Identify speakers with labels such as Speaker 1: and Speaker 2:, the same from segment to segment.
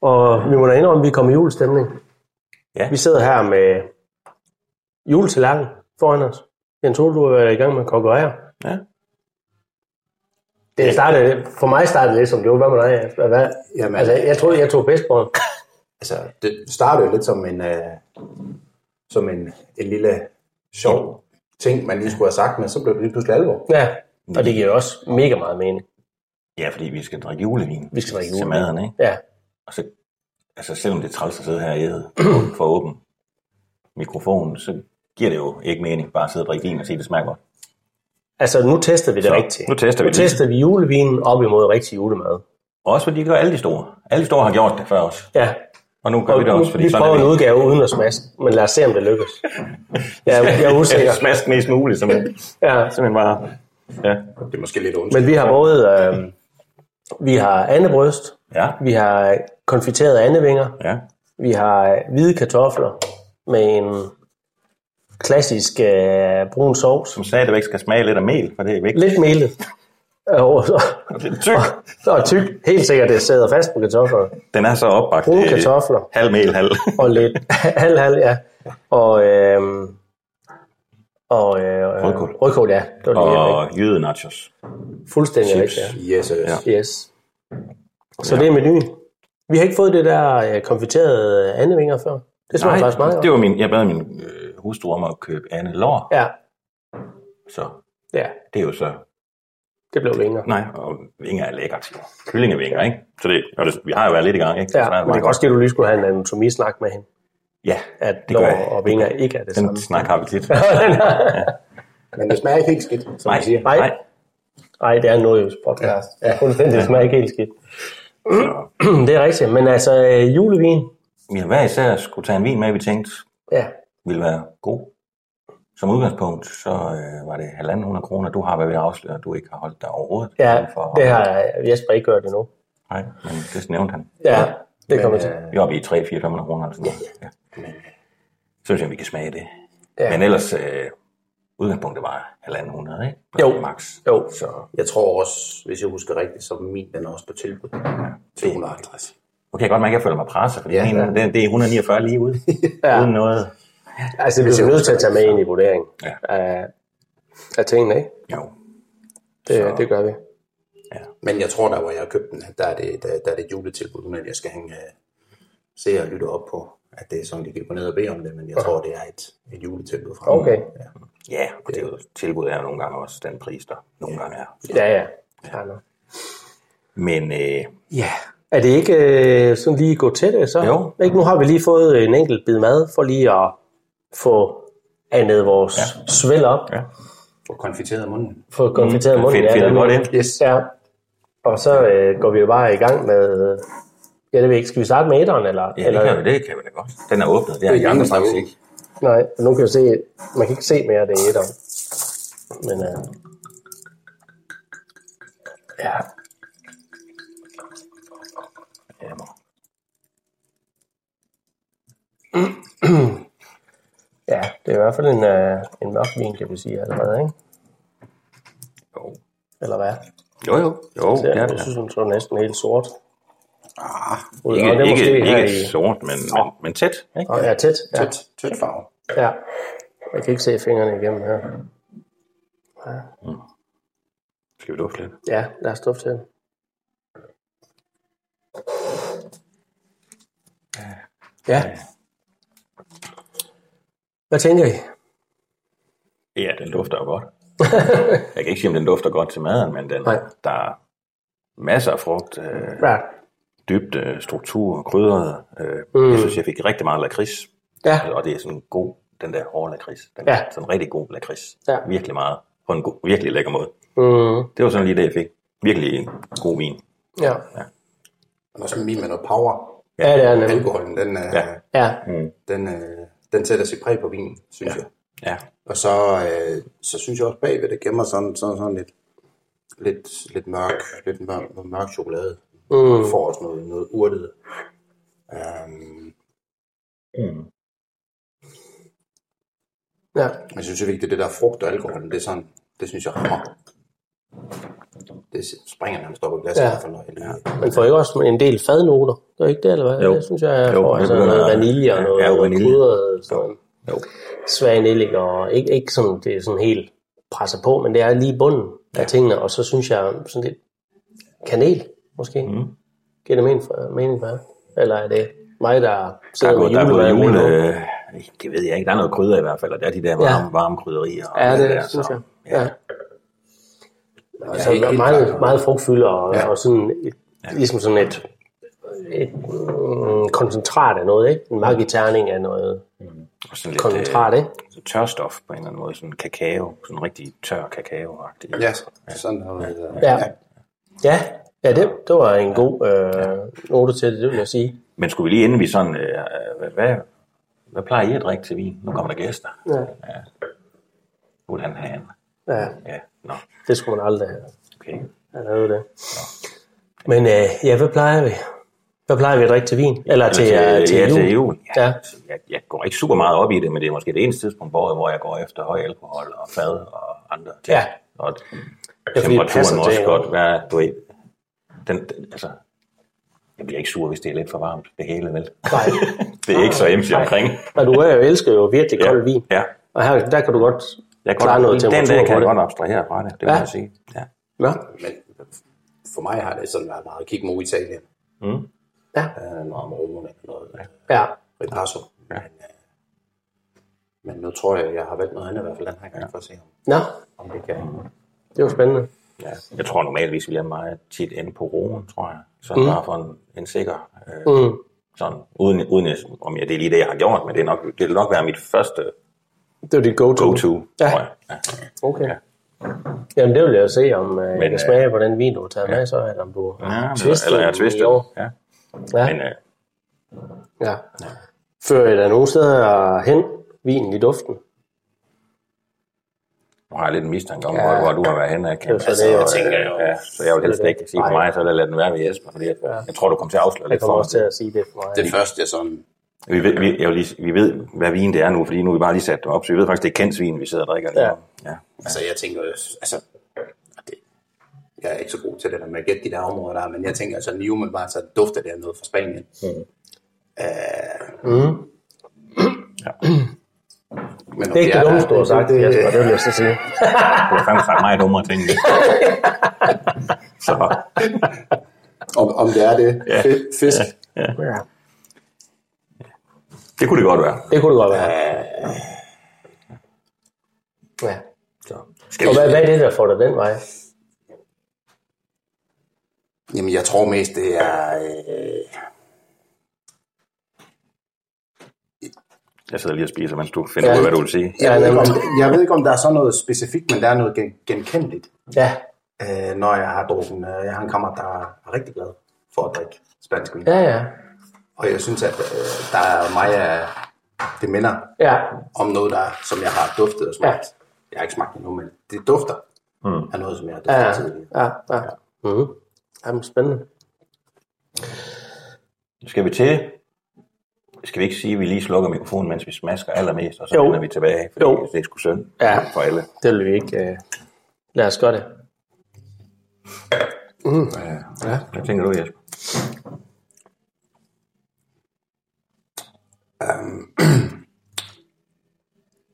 Speaker 1: Og vi må da indrømme, at vi kommer i julestemning.
Speaker 2: Ja.
Speaker 1: Vi sidder her med juletallerken foran os. Jens Ole, du har været i gang med at konkurrere.
Speaker 2: Ja.
Speaker 1: Det startede, for mig startede det lidt som, det var, hvad med dig? Hvad, hvad?
Speaker 3: Jamen.
Speaker 1: Altså, jeg troede, jeg tog bedst på den.
Speaker 3: Altså, det startede jo lidt som en, øh, som en, en lille sjov ting, man lige skulle have sagt, men så blev det lige pludselig alvor.
Speaker 1: Ja, og det giver jo også mega meget mening.
Speaker 2: Ja, fordi vi skal drikke julevin.
Speaker 1: Vi skal drikke
Speaker 2: Til
Speaker 1: julevin.
Speaker 2: maden, ikke?
Speaker 1: Ja,
Speaker 2: Og så, altså selvom det er træls at sidde her og æde for åben mikrofonen, så giver det jo ikke mening bare at sidde og drikke vin og sige, det smager godt.
Speaker 1: altså nu tester vi det
Speaker 2: Så,
Speaker 1: rigtigt.
Speaker 2: nu tester vi
Speaker 1: nu
Speaker 2: det.
Speaker 1: tester vi julevinen op imod rigtig julemad.
Speaker 2: Også fordi det gør alle de store. Alle de store har gjort det før os.
Speaker 1: Ja,
Speaker 2: Og nu gør
Speaker 1: og
Speaker 2: vi det også,
Speaker 1: nu,
Speaker 2: fordi
Speaker 1: vi
Speaker 2: sådan
Speaker 1: prøver
Speaker 2: er
Speaker 1: en
Speaker 2: det.
Speaker 1: udgave uden at smaske, men lad os se, om det lykkes. Jeg, er- jeg er usikker.
Speaker 2: Smask mest muligt, simpelthen.
Speaker 1: Ja.
Speaker 2: simpelthen bare. Ja.
Speaker 3: Det er måske lidt ondt.
Speaker 1: Men vi har både, øh, vi har andebryst,
Speaker 2: Ja.
Speaker 1: vi har konfiterede andevinger,
Speaker 2: Ja.
Speaker 1: vi har hvide kartofler med en klassisk øh, brun sovs.
Speaker 2: Som sagde, at det skal smage lidt af mel, for det er vigtigt.
Speaker 1: Lidt melet. Og, og,
Speaker 2: Lidt tyk.
Speaker 1: og tyk. Helt sikkert, det sidder fast på kartoflerne.
Speaker 2: Den er så opbagt.
Speaker 1: Brune
Speaker 2: øh,
Speaker 1: kartofler.
Speaker 2: Halv mel, halv.
Speaker 1: Og lidt halv, halv, ja. Og, øh, og øh,
Speaker 2: Rødkål.
Speaker 1: rødkål, ja. Det var det, og,
Speaker 2: og jyde nachos.
Speaker 1: Fuldstændig
Speaker 2: chips.
Speaker 1: rigtigt, ja.
Speaker 3: Yes, øh, yes. Ja.
Speaker 1: Yes. Så ja. det er menuen. Vi har ikke fået det der øh, konfiterede øh, andevinger før. Det smager faktisk meget
Speaker 2: det
Speaker 1: godt.
Speaker 2: var min, jeg bad min øh, hustru om at købe Anne Lår,
Speaker 1: Ja,
Speaker 2: så
Speaker 1: ja,
Speaker 2: det er jo så...
Speaker 1: det blev længere.
Speaker 2: Nej, og vinger er lækkert. jo. Kyllingevinger, ikke? Så det, og det, vi har jo været lidt i gang, ikke? Så
Speaker 1: Ja,
Speaker 2: der er
Speaker 1: men det
Speaker 2: meget
Speaker 1: er også det, du lige skulle have en anatomisnak med hende.
Speaker 2: Ja,
Speaker 1: At
Speaker 2: det
Speaker 1: lår
Speaker 2: gør jeg.
Speaker 1: og vinger ikke er det
Speaker 2: Den
Speaker 1: samme.
Speaker 2: snak har vi tit.
Speaker 3: Men det smager ikke helt skidt, som
Speaker 2: Nej,
Speaker 3: man siger.
Speaker 1: Nej.
Speaker 2: nej.
Speaker 1: Nej, det er en nordjysk podcast.
Speaker 3: Ja.
Speaker 1: Ja, fuldstændig. Det smager ikke helt skidt.
Speaker 2: Så,
Speaker 1: det er rigtigt, men altså øh, julevin,
Speaker 2: vi har hver især skulle tage en vin med, vi tænkte
Speaker 1: ja,
Speaker 2: ville være god. Som udgangspunkt, så øh, var det 1.500 kroner. Du har været ved at afsløre, at du ikke har holdt dig overhovedet.
Speaker 1: ja
Speaker 2: for,
Speaker 1: det har Jesper ikke gjort endnu.
Speaker 2: Nej, men det nævnte han.
Speaker 1: Ja, det kommer til.
Speaker 3: Øh,
Speaker 2: Vi er oppe i 3 4 500 kroner eller sådan noget. Ja. Synes jeg, vi kan smage det.
Speaker 1: Ja.
Speaker 2: Ja. Men ellers, øh, udgangspunktet var 1.500, ikke?
Speaker 1: Jo.
Speaker 2: Max.
Speaker 1: Jo,
Speaker 2: Så
Speaker 3: jeg tror også, hvis jeg husker rigtigt, så er min den er også på tilbud. Til 150.
Speaker 2: nu kan jeg godt mærke, at jeg føler mig presset, fordi
Speaker 3: Ja,
Speaker 2: ja, ja.
Speaker 3: ja.
Speaker 2: Det, det, er 149 lige ude. ja. Uden noget.
Speaker 1: altså vi er nødt til at tage med ind i vurderingen
Speaker 2: Ja.
Speaker 1: af, af tingene, ikke?
Speaker 2: Jo.
Speaker 1: Det, det gør vi.
Speaker 3: Men jeg tror, der hvor jeg har købt den, der er det, der, der er det et juletilbud, men jeg skal hænge øh, se og lytte op på, at det er sådan, de kan gå ned og bede om det, men jeg tror, det er et, et juletilbud fra dem.
Speaker 1: Okay.
Speaker 3: Ja.
Speaker 2: Ja, og det er jo, tilbud er jo nogle gange også den pris, der nogle gange er.
Speaker 1: Ja, ja. Klar nok.
Speaker 2: Men øh,
Speaker 1: Ja. Er det ikke øh, sådan lige gå til det så?
Speaker 2: Jo.
Speaker 1: Ikke, nu har vi lige fået en enkelt bid mad for lige at få andet vores ja. svæl op.
Speaker 2: Ja.
Speaker 3: Få konfiteret munden.
Speaker 1: Få konfiteret
Speaker 2: Mm,
Speaker 1: munden.
Speaker 2: fedt- fedt,
Speaker 1: nemlig.
Speaker 2: godt ind.
Speaker 1: Yes. Ja. Og så øh, går vi jo bare i gang med... øh, Ja, det ved jeg ikke. Skal vi starte med etteren, eller?
Speaker 2: ja,
Speaker 1: eller
Speaker 2: det, kan vi, det kan vi da godt. Den er åbnet. Det er,
Speaker 3: Det er de
Speaker 2: den.
Speaker 3: andre faktisk ikke.
Speaker 1: Nej, nu kan jeg se... Man kan ikke se mere, det er etteren. Men... Øh, ja.
Speaker 2: Ja, må.
Speaker 1: ja, det er i hvert fald en, øh, en mørk vin, kan vi sige allerede, ikke? Eller hvad?
Speaker 2: Jo, jo. Jo,
Speaker 1: Så
Speaker 2: det er
Speaker 1: jeg,
Speaker 2: det.
Speaker 1: jeg synes, hun så næsten helt sort.
Speaker 3: Ah,
Speaker 1: Ud.
Speaker 2: Ikke,
Speaker 1: Og det er
Speaker 2: ikke,
Speaker 1: måske her
Speaker 2: ikke
Speaker 1: i...
Speaker 2: sort, men, men, men tæt. Ikke?
Speaker 1: Og ja, tæt. Ja.
Speaker 3: tæt, tæt farve.
Speaker 1: ja. Jeg kan ikke se fingrene igennem her.
Speaker 2: Skal vi dufte lidt?
Speaker 1: Ja, lad os dufte til den. Ja. Hvad tænker I?
Speaker 2: Ja, den dufter jo godt. jeg kan ikke sige, om den dufter godt til maden, men den,
Speaker 1: Nej.
Speaker 2: der er masser af frugt, øh,
Speaker 1: Ja.
Speaker 2: dybde, struktur, krydret. Øh, mm. Jeg synes, jeg fik rigtig meget lakrids.
Speaker 1: Ja.
Speaker 2: Og det er sådan god, den der hårde lakrids. Den
Speaker 1: Ja.
Speaker 2: ja. sådan rigtig god lakrids.
Speaker 1: Ja.
Speaker 2: Virkelig meget. På en god, virkelig lækker måde.
Speaker 1: Mm.
Speaker 2: Det var sådan lige det, jeg fik. Virkelig god vin.
Speaker 1: Ja.
Speaker 3: Den er også en vin med noget power.
Speaker 1: ja, det er nemlig.
Speaker 3: Alkoholen, den, øh,
Speaker 2: Ja.
Speaker 3: ja.
Speaker 1: Ja.
Speaker 3: den, øh, den sætter sit præg på vinen, synes ja. jeg.
Speaker 2: Ja.
Speaker 3: Og så, øh, så synes jeg også bagved, det gemmer sådan, sådan, sådan lidt, lidt, lidt mørk, lidt mørk, noget mørk chokolade. Mm. får også noget, noget urtet. Um,
Speaker 2: Mm.
Speaker 1: Ja.
Speaker 3: jeg synes jo vigtigt, det der frugt og alkohol, det er sådan, det synes jeg rammer. Det springer nærmest op i glasset
Speaker 1: Ja.
Speaker 3: i hvert fald. når jeg lige-
Speaker 1: Man får ikke også en del fadnoter. Det er ikke det, eller hvad?
Speaker 2: Jo.
Speaker 1: Det synes jeg, jeg
Speaker 2: Jo,
Speaker 1: får
Speaker 2: det
Speaker 1: altså
Speaker 2: begynder
Speaker 1: noget
Speaker 2: at-
Speaker 1: vanilje og
Speaker 2: ja,
Speaker 1: noget
Speaker 2: ja, vanilje.
Speaker 1: krydret. Sådan.
Speaker 2: Jo.
Speaker 1: svag nellik, og ikke, ikke sådan, det er sådan helt presser på, men det er lige bunden ja. af tingene, og så synes jeg sådan lidt kanel, måske. Mm. Giver det mening for, mening for jer? Eller er det mig, der
Speaker 2: Der
Speaker 1: sidder
Speaker 2: er, gået, der er
Speaker 1: med
Speaker 2: gået
Speaker 1: julemanden
Speaker 2: jule...
Speaker 1: lige nu?
Speaker 2: øh, Det ved jeg ikke. Der er noget krydder i hvert fald, og der er de der varme, ja. varme krydderier. og
Speaker 1: Ja,
Speaker 2: alt
Speaker 1: det
Speaker 2: der,
Speaker 1: synes
Speaker 2: så-
Speaker 1: jeg. Ja. Altså,
Speaker 3: helt- helt
Speaker 1: meget,
Speaker 3: klart.
Speaker 1: meget frugtfylde og, ja.
Speaker 3: Ja.
Speaker 1: og sådan et, ligesom sådan et, et mm, koncentrat af noget, ikke? En magiterning af noget
Speaker 2: Og sådan lidt
Speaker 1: koncentrat, ikke?
Speaker 2: øh, tørstof på en eller anden måde. Sådan kakao. Sådan rigtig tør kakao-agtig.
Speaker 3: Ja, sådan noget. øh,
Speaker 1: Ja. Ja, ja det, det var en god øh, note til det, det vil jeg sige.
Speaker 2: Men skulle vi lige inden vi sådan... Øh, øh, hvad, hvad plejer I at drikke til vin? Nu kommer der gæster.
Speaker 1: Ja.
Speaker 2: Skulle han have en?
Speaker 1: Ja,
Speaker 2: Ja, nå.
Speaker 1: det skulle man aldrig have,
Speaker 2: Okay.
Speaker 1: have lavet det. Men øh, ja, hvad plejer vi? Hvad plejer vi at drikke til vin? Eller til,
Speaker 2: Eller
Speaker 1: øh, til,
Speaker 2: ja,
Speaker 1: jul?
Speaker 2: til jul. Ja.
Speaker 1: Ja.
Speaker 2: ja. Jeg, jeg går ikke super meget op i det, men det er måske det eneste tidspunkt på året, hvor jeg går efter høj alkohol og fad og andre ting.
Speaker 1: Ja.
Speaker 2: Og
Speaker 1: det passer
Speaker 2: temperaturen må
Speaker 1: til,
Speaker 2: også
Speaker 1: jo.
Speaker 2: godt være, du ved, den, den, altså, jeg bliver ikke sur, hvis det er lidt for varmt, det hele, vel?
Speaker 1: Nej.
Speaker 2: Det er ikke så
Speaker 1: Ah,
Speaker 2: emsig omkring.
Speaker 1: Og du er jo elsker jo virkelig kold vin.
Speaker 2: Ja.
Speaker 1: Og her, der kan du godt
Speaker 2: Jeg kan
Speaker 1: klare
Speaker 2: godt,
Speaker 1: noget
Speaker 2: den
Speaker 1: temperatur
Speaker 2: dag kan
Speaker 1: på
Speaker 2: jeg
Speaker 1: det.
Speaker 2: godt abstrahere fra det, det
Speaker 1: Ja.
Speaker 2: må jeg sige. Ja.
Speaker 1: Ja.
Speaker 3: Men for mig har det sådan været meget at kigge mod Italien.
Speaker 1: Ja.
Speaker 3: Øh, noget om romerne eller noget. Ja.
Speaker 1: ja.
Speaker 3: Ripasso. Ja. Men, øh, men nu tror jeg, jeg har valgt noget andet i hvert fald den her gang, for at se om,
Speaker 1: Nå,
Speaker 3: om det kan.
Speaker 1: det var spændende.
Speaker 2: Ja. Jeg tror normalvis, vi er meget tit inde på roen, tror jeg. Sådan mm. bare for en, en sikker... Øh,
Speaker 1: Mm.
Speaker 2: sådan, uden, uden jeg, om jeg, det er lige det, jeg har gjort, men det er nok, det vil nok være mit første
Speaker 1: Det var dit go-to.
Speaker 2: go-to,
Speaker 1: Ja.
Speaker 2: tror jeg. Ja.
Speaker 1: Okay. Ja. Jamen, det vil jeg jo se, om øh, jeg kan
Speaker 2: øh,
Speaker 1: smage på den vin, du har taget med, så, eller om du
Speaker 2: Ja,
Speaker 1: har
Speaker 2: eller,
Speaker 1: twistet
Speaker 2: eller jeg har
Speaker 1: den i
Speaker 2: twistet.
Speaker 1: år.
Speaker 2: Ja.
Speaker 1: Ja.
Speaker 2: Men øh,
Speaker 1: Ja. Fører I da nogen steder hen vinen i duften?
Speaker 2: nu har jeg lidt en mistanke om, ja. hvor, hvor du har været henne. Jeg, kan,
Speaker 1: Det er så det,
Speaker 2: jeg
Speaker 1: og-
Speaker 2: tænker jo. Ja, så jeg vil helst
Speaker 1: det.
Speaker 2: ikke sige for mig, så lad lad den være ved Jesper, fordi jeg, jeg tror, du kommer til at afsløre
Speaker 1: Jeg
Speaker 2: lidt
Speaker 1: kommer
Speaker 2: for
Speaker 1: også til
Speaker 2: mig.
Speaker 1: at sige det for mig.
Speaker 3: Det første, jeg sådan...
Speaker 2: Vi ved, vi, jeg vil lige, vi ved, hvad vin det er nu, fordi nu har vi bare lige sat det op, så vi ved faktisk, det er kendt vin, vi sidder og drikker lige
Speaker 1: Ja.
Speaker 2: nu. Ja.
Speaker 3: Altså, jeg tænker... øh, Altså, det, jeg er ikke så god til det der med at gætte de der områder der, men jeg tænker altså, lige umiddelbart, så dufter det af noget fra Spanien. Mm. Øh, mm. Men om
Speaker 1: Det er ikke det
Speaker 3: der-
Speaker 1: dummeste, du har sagt,
Speaker 3: det-
Speaker 1: Jesper, det vil jeg så sige.
Speaker 2: Du har fandme sagt meget dummere ting. så
Speaker 3: Om, om det er det.
Speaker 2: Ja.
Speaker 3: Ja. Fisk.
Speaker 1: Ja.
Speaker 2: det kunne det godt være.
Speaker 1: Det kunne det godt være. Ja.
Speaker 2: Så. Skal
Speaker 1: Og
Speaker 2: vi,
Speaker 1: hvad, hvad er det, der får dig den vej?
Speaker 3: Jamen, jeg tror mest, det er... Øh,
Speaker 2: jeg sidder lige og spiser, mens du finder ud af, hvad du vil sige.
Speaker 1: Ja,
Speaker 3: Jeg, ved ikke, om,
Speaker 1: nemlig.
Speaker 3: jeg ved ikke, om der er sådan noget specifikt, men der er noget gen- genkendeligt,
Speaker 1: Ja.
Speaker 3: øh, når jeg har drukket. Øh, jeg har en kammerat, der er rigtig glad for at drikke spansk vin.
Speaker 1: Ja, ja.
Speaker 3: Og jeg synes, at øh, der er mig, øh, det minder
Speaker 1: Ja.
Speaker 3: om noget, der, er- som jeg har duftet og smagt. Ja. Jeg har ikke smagt det endnu, men det dufter mm. af noget, som jeg har
Speaker 1: Ja,
Speaker 3: duftet
Speaker 1: ja.
Speaker 3: ja. tidligere.
Speaker 1: ja. ja. Mm. Jamen, spændende.
Speaker 2: Skal vi til? Skal vi ikke sige, at vi lige slukker mikrofonen, mens vi smasker allermest, og så
Speaker 1: Jo.
Speaker 2: vender vi tilbage, fordi
Speaker 1: Jo.
Speaker 2: jo. det er sgu synd
Speaker 1: Ja.
Speaker 2: for alle.
Speaker 1: Det vil vi ikke. Øh... Lad os gøre det. Mm.
Speaker 3: Ja.
Speaker 1: Ja.
Speaker 2: Hvad tænker du, Jesper?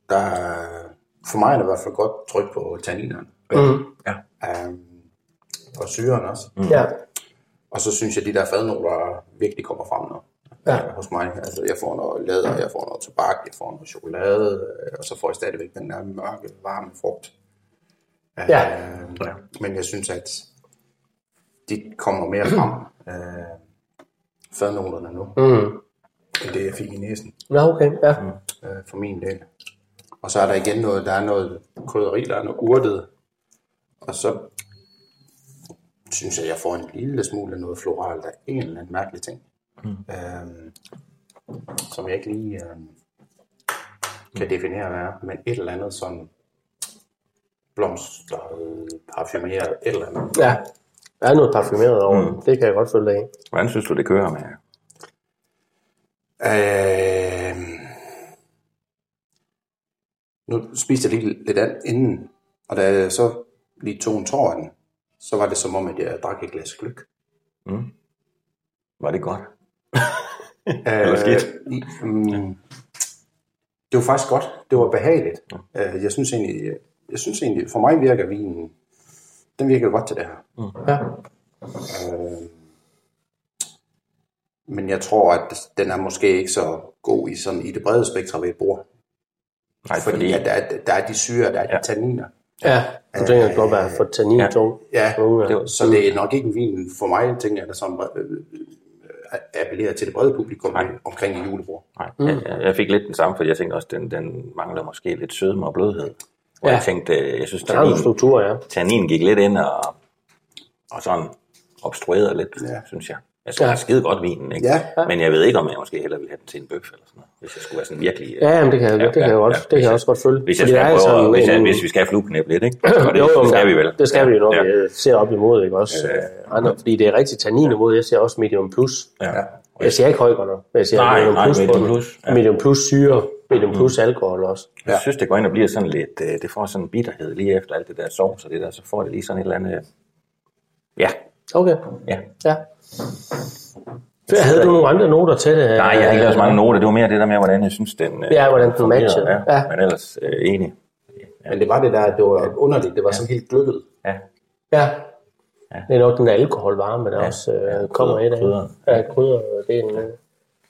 Speaker 3: Der er, for mig er der i hvert fald godt tryk på tanninerne.
Speaker 1: Mm.
Speaker 3: Um, og syren også. Mm.
Speaker 1: Ja.
Speaker 3: Og så synes jeg, at de der fadnoter virkelig kommer frem nu.
Speaker 1: Ja.
Speaker 3: Ja. Hos mig. Altså, jeg får noget læder, jeg får noget tobak, jeg får noget chokolade, øh, og så får jeg stadigvæk den der mørke, varme frugt.
Speaker 1: Ja.
Speaker 3: Øh, men jeg synes, at de kommer mere frem, øh, fadnoterne nu,
Speaker 1: Mm.
Speaker 3: end det, jeg fik i næsen,
Speaker 1: Nå, okay. Ja.
Speaker 3: øh, for min del. Og så er der igen noget, der er noget krydderi, der er noget urtet, og så synes jeg, jeg får en lille smule af noget floralt af en eller anden mærkelig ting, mm. øhm, som jeg ikke lige øhm, kan definere, hvad er, men et eller andet sådan blomster, parfumeret, et eller andet.
Speaker 1: ja. Der er noget parfumeret over mm. Det kan jeg godt følge dig i.
Speaker 2: Hvordan synes du, det kører med?
Speaker 3: Øh, nu spiste jeg lige lidt andet inden, og da jeg så lige tog en tår af den, så var det som om, at jeg drak et glas gløk.
Speaker 2: Var det godt?
Speaker 3: Eller
Speaker 2: skidt.
Speaker 3: Mm, det var faktisk godt. Det var behageligt. Øh, Jeg synes egentlig, jeg synes egentlig, for mig virker vinen, den virker godt til det her.
Speaker 1: Ja.
Speaker 3: Øh, Men jeg tror, at den er måske ikke så god i, sådan, i det brede spektrum ved et bord.
Speaker 2: Nej,
Speaker 3: fordi, fordi at der, er, der er de syre, der er de
Speaker 2: Ja.
Speaker 3: tanniner.
Speaker 1: Ja. Du tænker godt være for tannin ja. tung.
Speaker 3: Ja,
Speaker 1: Tunge.
Speaker 2: det var-
Speaker 3: så det er nok ikke en vin for mig, tænker jeg, der sådan, øh, øh, appellerer til det brede publikum
Speaker 2: Nej.
Speaker 3: omkring et julebord.
Speaker 2: Nej,
Speaker 1: Mm.
Speaker 2: jeg- jeg, jeg fik lidt den samme, fordi jeg tænkte også, den, den mangler måske lidt sødme og blødhed. Hvor
Speaker 1: Ja.
Speaker 2: ja. jeg tænkte, øh, jeg synes,
Speaker 1: Der er nogle
Speaker 2: tannin,
Speaker 1: strukturer, ja.
Speaker 2: tannin gik lidt ind og, og sådan obstruerede lidt,
Speaker 3: Ja.
Speaker 2: ja. synes jeg. Jeg synes, ja. skide godt vinen, ikke?
Speaker 3: Ja.
Speaker 2: Men jeg ved ikke, om jeg måske hellere ville have den til en bøf eller sådan noget, hvis jeg skulle være sådan virkelig... øh,
Speaker 1: Ja, jamen, det kan jeg, det kan jeg godt, det kan
Speaker 2: Hvis
Speaker 1: jeg også godt følge.
Speaker 2: Hvis, jeg
Speaker 1: Fordi
Speaker 2: skal
Speaker 1: der er
Speaker 2: prøve,
Speaker 1: sådan
Speaker 2: hvis, jeg,
Speaker 1: en-
Speaker 2: hvis vi skal flueknæppe lidt, ikke? Og det,
Speaker 1: jo, jo,
Speaker 2: det skal vi vel.
Speaker 1: Det skal vi jo, når
Speaker 2: Ja.
Speaker 1: ja. vi ser op imod, ikke også? Øh, andre, fordi det er rigtig tannin imod, jeg ser også medium plus.
Speaker 2: Ja.
Speaker 1: Jeg ser ikke høj godt nok, men jeg ser
Speaker 2: Nej,
Speaker 1: medium
Speaker 2: nej,
Speaker 1: plus på
Speaker 2: medium
Speaker 1: den.
Speaker 2: plus, ja. Mm.
Speaker 1: Medium plus syre, medium plus alkohol også.
Speaker 2: Jeg synes, det går ind og bliver sådan lidt, øh, det får sådan en bitterhed lige efter alt det der sovs og det der, så får det lige sådan et eller andet, øh, ja,
Speaker 1: Okay,
Speaker 2: ja.
Speaker 1: ja. Så havde du nogle andre noter til det?
Speaker 2: Nej, jeg har ikke lavet så mange noter, det var mere det der med, hvordan jeg synes, den... øh,
Speaker 1: Ja, hvordan den
Speaker 2: fungerer,
Speaker 1: matcher.
Speaker 2: Ja,
Speaker 1: Ja.
Speaker 2: men ellers øh, enig.
Speaker 3: Men det var det der, det var underligt. Det var sådan helt glødet.
Speaker 2: Ja,
Speaker 1: Ja. Det er nok den alkoholvarme, der ja. også øh, kommer i det.
Speaker 2: krydder.
Speaker 1: Ja, krydder. Det er en,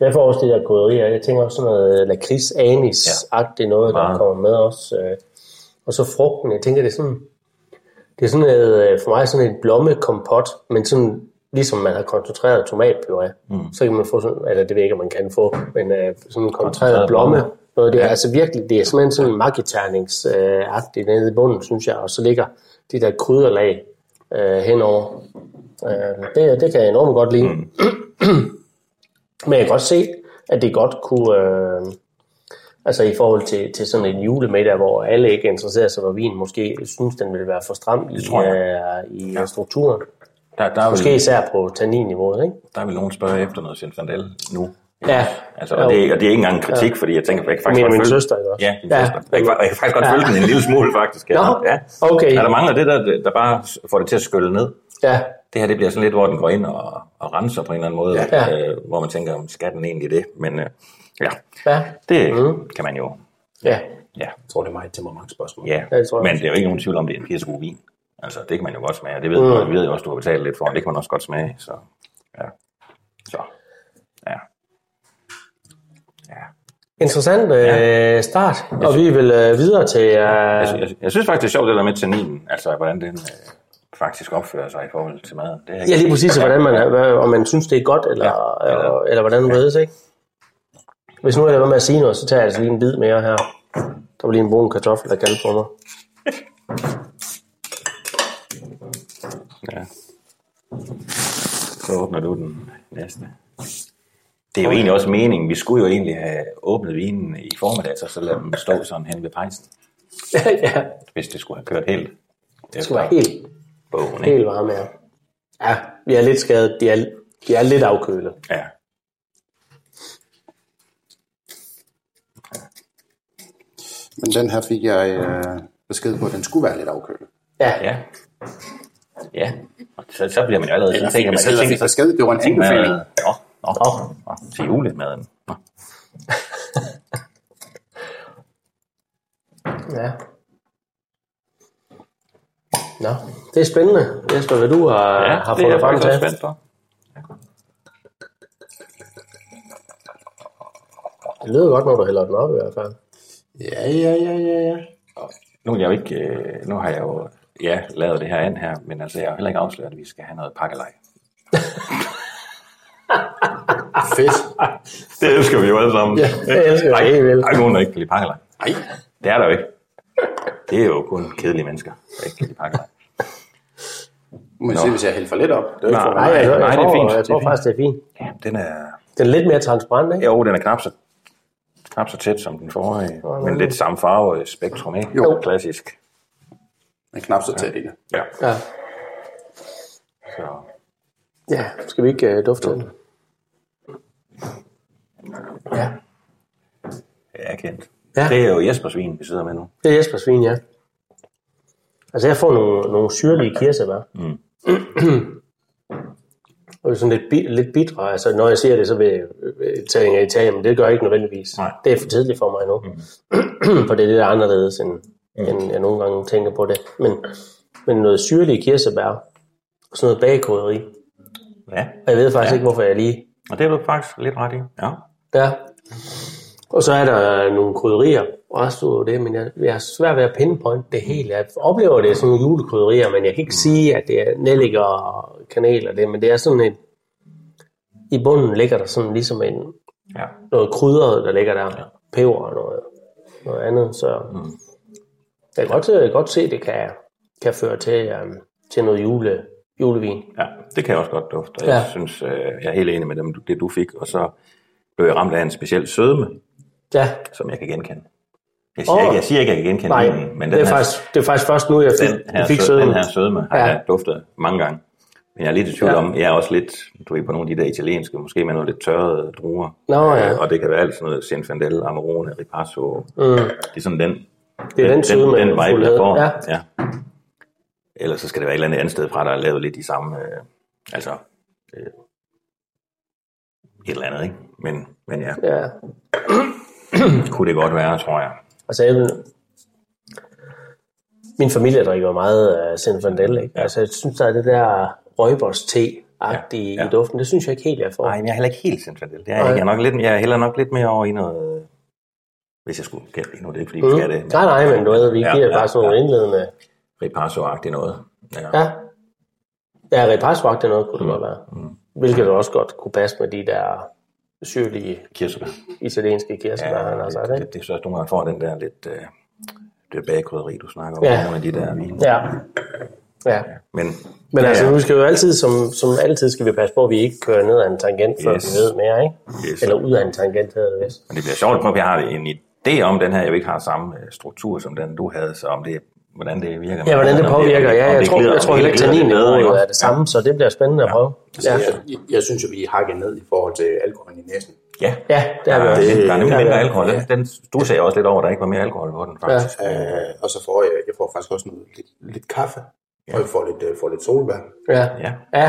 Speaker 1: jeg får også det der krydderier. Jeg tænker også sådan noget øh, lakrids anis agtigt noget, der
Speaker 2: Meget.
Speaker 1: kommer med også. øh. Og så frugten. Jeg tænker, det er sådan, det er sådan noget, øh, for mig sådan et blommekompot, men sådan ligesom man har koncentreret tomatpuré, mm. så kan man få sådan, eller det ved jeg ikke, om man kan få, men øh, sådan en koncentreret
Speaker 2: Koncentreret
Speaker 1: blomme,
Speaker 2: blomme.
Speaker 1: noget af det, ja. altså virkelig, det er simpelthen sådan magiterningsagtigt nede i bunden, synes jeg, og så ligger de der krydderlag øh, henover. Øh, det, det kan jeg enormt godt lide. Mm. men jeg kan godt se, at det godt kunne, øh, altså i forhold til, til sådan en julemiddag, hvor alle ikke interesserer sig for vin, måske synes, den ville være for stram i,
Speaker 2: tror
Speaker 1: øh, i ja. strukturen.
Speaker 2: der, der, er
Speaker 1: Måske
Speaker 2: vel,
Speaker 1: især på tanninniveauet, ikke?
Speaker 2: der er vel nogen spørge efter noget Zinfandel nu.
Speaker 1: Ja.
Speaker 2: Altså, og, det, og det er ikke engang en kritik, fordi jeg tænker, at jeg kan
Speaker 1: Du
Speaker 2: faktisk
Speaker 1: mener
Speaker 2: godt
Speaker 1: min
Speaker 2: følge...
Speaker 1: søster, ikke også?
Speaker 2: Ja, din søster. Jeg kan, jeg kan faktisk godt følge den en lille smule, faktisk.
Speaker 1: Nå,
Speaker 2: ja.
Speaker 1: okay.
Speaker 2: Ja, der mangler det, der, der bare får det til at skylle ned.
Speaker 1: Ja,
Speaker 2: det her det bliver sådan lidt, hvor den går ind og, og renser på en eller anden måde,
Speaker 1: Ja.
Speaker 2: ja. øh, hvor man tænker, om skal den egentlig det? Men øh, ja,
Speaker 1: ja,
Speaker 2: det
Speaker 1: Mhm.
Speaker 2: mm. kan man jo.
Speaker 1: ja.
Speaker 2: Ja,
Speaker 3: Jeg tror, det er meget temperamentsspørgsmål.
Speaker 2: ja.
Speaker 1: Ja, det tror jeg
Speaker 2: men
Speaker 1: også.
Speaker 2: det er jo ikke nogen tvivl om, det er en pisse god vin. Altså, det kan man jo godt smage, og det ved
Speaker 1: Mhm.
Speaker 2: mm. man, vi ved jo også, du har betalt lidt for, og det kan man også godt smage, så ja. Så, ja. ja.
Speaker 1: Interessant øh, start, og vi vil øh, videre til... Øh,
Speaker 2: Jeg, sy- Altså, jeg, sy- jeg synes faktisk, det er sjovt, det der med tanninen, altså hvordan den øh, faktisk opfører sig i forhold til maden. Det er
Speaker 1: ja, lige præcis, og
Speaker 2: Ja.
Speaker 1: hvordan man, er- hvad, om man synes, det er godt, eller, ja. eller, eller hvordan man ja. ved ikke? Hvis nu er jeg ved med at sige noget, så tager jeg altså lige en bid mere her. Der var lige en brun kartoffel, der kaldte på mig.
Speaker 2: Ja. Så åbner du den næste. Det er jo egentlig også meningen. Vi skulle jo egentlig have åbnet vinen i formiddag, så, så lade den stå sådan hen ved pejsen,
Speaker 1: ja,
Speaker 2: hvis det skulle have kørt helt.
Speaker 1: det skal være helt,
Speaker 2: bogen, ikke?
Speaker 1: helt varme her. Ja, vi er lidt skadet. De er, de er lidt afkølet.
Speaker 2: Ja.
Speaker 3: Men den her fik Mm. jeg øh, besked på, at den skulle være lidt afkølet.
Speaker 1: Ja, ja.
Speaker 2: Ja. Ja. Og så, så bliver man jo allerede...
Speaker 3: Eller
Speaker 2: så tænker
Speaker 3: fik
Speaker 2: man, så
Speaker 3: besked og
Speaker 2: tænker-
Speaker 3: fik besked. Det var en
Speaker 2: tænker man,
Speaker 3: anbefaling.
Speaker 2: Nå, nå, nå, til julemaden. Nå.
Speaker 1: Ja. Nå, det er spændende, Jesper, hvad du har, ja, har
Speaker 2: det er
Speaker 1: fundet
Speaker 2: jeg
Speaker 1: frem
Speaker 2: faktisk også
Speaker 1: til.
Speaker 2: spændt på.
Speaker 1: Det lyder godt, når du hælder den op i hvert fald.
Speaker 3: Ja, ja, ja, ja, ja.
Speaker 2: Nu, er jeg jo ikke, øh, nu har jeg jo ja, lavet det her an her, men altså, jeg har jo heller ikke afsløret, at vi skal have noget pakkelej.
Speaker 3: Fedt.
Speaker 2: Det elsker vi jo alle sammen.
Speaker 1: Ja, jeg elsker det helt vildt.
Speaker 2: Der er ikke nogen, der ikke kan lide pakkelej.
Speaker 3: Ej,
Speaker 2: Det er der jo ikke. Det er jo kun kedelige mennesker, der ikke kan lide pakkelej.
Speaker 3: nu må jeg
Speaker 2: Nå.
Speaker 3: se, hvis jeg hælder for lidt op. Det er jo ikke for
Speaker 2: Nej,
Speaker 1: Nej, jeg, jeg,
Speaker 2: nej,
Speaker 1: jeg,
Speaker 2: det er
Speaker 1: tror,
Speaker 2: fint,
Speaker 1: jeg
Speaker 2: det er
Speaker 1: tror
Speaker 2: fint.
Speaker 1: faktisk, det er fint.
Speaker 2: Ja, den er,
Speaker 1: Den er lidt mere transparent, ikke?
Speaker 2: jo, den er knap så, knap så tæt som den forrige, men lidt samme farve øh, spektrum, ikke?
Speaker 3: Jo.
Speaker 2: Klassisk.
Speaker 3: Men knap så tæt ikke.
Speaker 2: Ja.
Speaker 1: Ja.
Speaker 2: Så.
Speaker 1: ja. Skal vi ikke uh, dufte til den? Ja.
Speaker 2: Ja, kendt.
Speaker 1: Ja.
Speaker 2: Ja. Det er jo Jespers vin, vi sidder med nu.
Speaker 1: Det er Jesper Svin, ja. Altså, jeg får nogle, nogle syrlige kirsebær. Mm. og det er sådan lidt, bi- lidt bitre. Altså, når jeg siger det, så vil jeg øh, tage en af Italien, men det gør jeg ikke nødvendigvis.
Speaker 2: Nej.
Speaker 1: Det er for tidligt for mig nu. Mm. for det er lidt anderledes, end, mm. end jeg nogle gange tænker på det. Men, men noget syrlige kirsebær, og sådan noget bagkoderi.
Speaker 2: Ja,
Speaker 1: Og jeg ved faktisk ja. ikke, hvorfor jeg lige
Speaker 2: og det er du faktisk lidt ret i. Ja.
Speaker 1: Ja. Og så er der nogle krydderier, også ud over det, men jeg, jeg har svært ved at pinpoint det hele. Jeg oplever det som nogle julekrydderier, men jeg kan ikke sige, at det er nellik og kanel og det, men det er sådan et... I bunden ligger der sådan ligesom en,
Speaker 2: ja.
Speaker 1: noget krydder, der ligger der. Peber og noget, noget andet, så... Mm. Jeg kan godt, jeg kan godt se, at det kan, kan føre til, um, til noget jule, julevin.
Speaker 2: Ja, det kan jeg også godt dufte. og Jeg
Speaker 1: Ja.
Speaker 2: ja. synes, øh, jeg er helt enig med dem, det du fik. Og så blev jeg ramt af en speciel sødme,
Speaker 1: Ja,
Speaker 2: som jeg kan genkende. Jeg siger,
Speaker 1: Åh.
Speaker 2: oh. ikke, jeg siger ikke, at jeg kan genkende
Speaker 1: nej,
Speaker 2: vinen, Mm, men den
Speaker 1: det, er
Speaker 2: her,
Speaker 1: faktisk, det er faktisk først nu, jeg fik,
Speaker 2: den, her,
Speaker 1: fik
Speaker 2: sø,
Speaker 1: søden.
Speaker 2: den her sødme har
Speaker 1: Ja.
Speaker 2: ja. jeg duftet mange gange. Men jeg er lidt i tvivl
Speaker 1: Ja.
Speaker 2: ja. om, jeg er også lidt, du ved, på nogle af de der italienske, måske med nogle lidt tørrede druer.
Speaker 1: Nå, ja.
Speaker 2: Øh, Og det kan være alt sådan noget, Zinfandel, Amarone, Ripasso. Mm. Det er sådan den,
Speaker 1: Det er den, søde,
Speaker 2: den,
Speaker 1: man
Speaker 2: den
Speaker 1: får
Speaker 2: vibe,
Speaker 1: lavet.
Speaker 2: jeg får.
Speaker 1: Ja.
Speaker 2: Ja. ja. Ellers så skal det være et eller andet andet sted fra, der er lavet lidt de samme, øh, altså øh, et eller andet, ikke? Men, men ja,
Speaker 1: ja.
Speaker 2: kunne det godt være, tror jeg.
Speaker 1: Altså, jeg vil... Min familie drikker jo meget uh, Zinfandel, ikke? Ja. Altså, jeg synes, der er det der røgbers te agtige ja.
Speaker 2: Ja,
Speaker 1: ja.
Speaker 2: ja.
Speaker 1: i duften. Det synes jeg ikke helt, jeg får.
Speaker 2: Nej,
Speaker 1: Nej.
Speaker 2: men jeg er heller ikke helt Zinfandel. Det er jeg,
Speaker 1: Nej.
Speaker 2: ikke. jeg, er nok lidt, jeg hælder nok lidt mere over i noget, øh, hvis jeg skulle gætte lige nu, det er ikke, fordi vi skal det. men-
Speaker 1: Mhm. nej, nej, men du ved, vi giver ja, bare sådan nogle ja. indledende...
Speaker 2: Ripasso-agtigt noget. Ja.
Speaker 1: Ja. Ja, repassvagt eller noget, kunne det godt være. Mm. Hvilket også godt kunne passe med de der syrlige
Speaker 2: Kirsebær.
Speaker 1: italienske kirsebær, ja, han har sagt,
Speaker 2: det,
Speaker 1: ikke?
Speaker 2: det, det, er så også nogle gange får den der lidt øh, det bagkrydderi, du snakker om,
Speaker 1: Ja.
Speaker 2: ja. nogle af de der vine.
Speaker 1: Ja. Ja.
Speaker 2: Men,
Speaker 1: Men
Speaker 2: ja,
Speaker 1: altså,
Speaker 2: ja.
Speaker 1: nu skal vi jo altid, som, som altid, skal vi passe på, at vi ikke kører ned ad en tangent, før yes.
Speaker 2: Yes.
Speaker 1: vi ved mere, ikke?
Speaker 2: Yes.
Speaker 1: Eller ud af en tangent, hedder det vist.
Speaker 2: Men det bliver sjovt, at prøve, at jeg har en idé om den her, jeg jo ikke har samme øh, struktur som den, du havde, så om det, hvordan det virker.
Speaker 1: Ja, hvordan det
Speaker 2: Om
Speaker 1: påvirker.
Speaker 2: om
Speaker 1: Ja,
Speaker 2: det
Speaker 1: jeg tror,
Speaker 2: glider-
Speaker 1: jeg tror
Speaker 2: om
Speaker 1: heller ikke, tannin
Speaker 2: glider lidt
Speaker 1: er
Speaker 2: bedre,
Speaker 1: det samme, så det bliver spændende at prøve.
Speaker 3: Altså,
Speaker 1: Ja,
Speaker 3: ja. jeg, jeg, synes jo, vi hakker ned i forhold til alkoholen i næsen.
Speaker 2: Ja,
Speaker 1: ja det er vi
Speaker 2: der,
Speaker 1: også.
Speaker 2: det, der er nemlig
Speaker 1: det-
Speaker 2: mindre alkohol. Den, den, du sagde også lidt over, at der ikke var mere alkohol på den, faktisk. Ja.
Speaker 3: Øh, og så får jeg, jeg får faktisk også noget, lidt, lidt kaffe. Ja. Og jeg får lidt, øh, får lidt solbær.
Speaker 1: Ja.
Speaker 2: ja.
Speaker 1: Ja,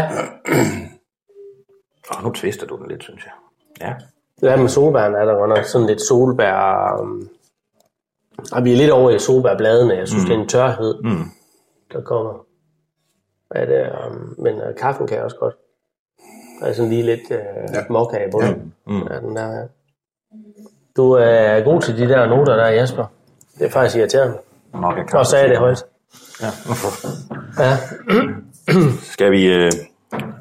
Speaker 2: Og nu tvister du den lidt, synes jeg. Ja,
Speaker 1: ja med solbæren er der godt nok sådan lidt solbær... Um, og vi er lidt over i solbærbladene. Jeg synes, mm. det er en tørhed, mm. der kommer. At, um, men uh, kaffen kan jeg også godt. Der er sådan lige lidt uh, ja. mokka i bunden. Ja. Mm. Ja, den der, ja. Du øh, er god til de der noter der, Jasper. Det er faktisk irriterende.
Speaker 2: nok er
Speaker 1: Og så er det højt.
Speaker 2: Ja.
Speaker 1: Ja.
Speaker 2: Skal vi... Øh,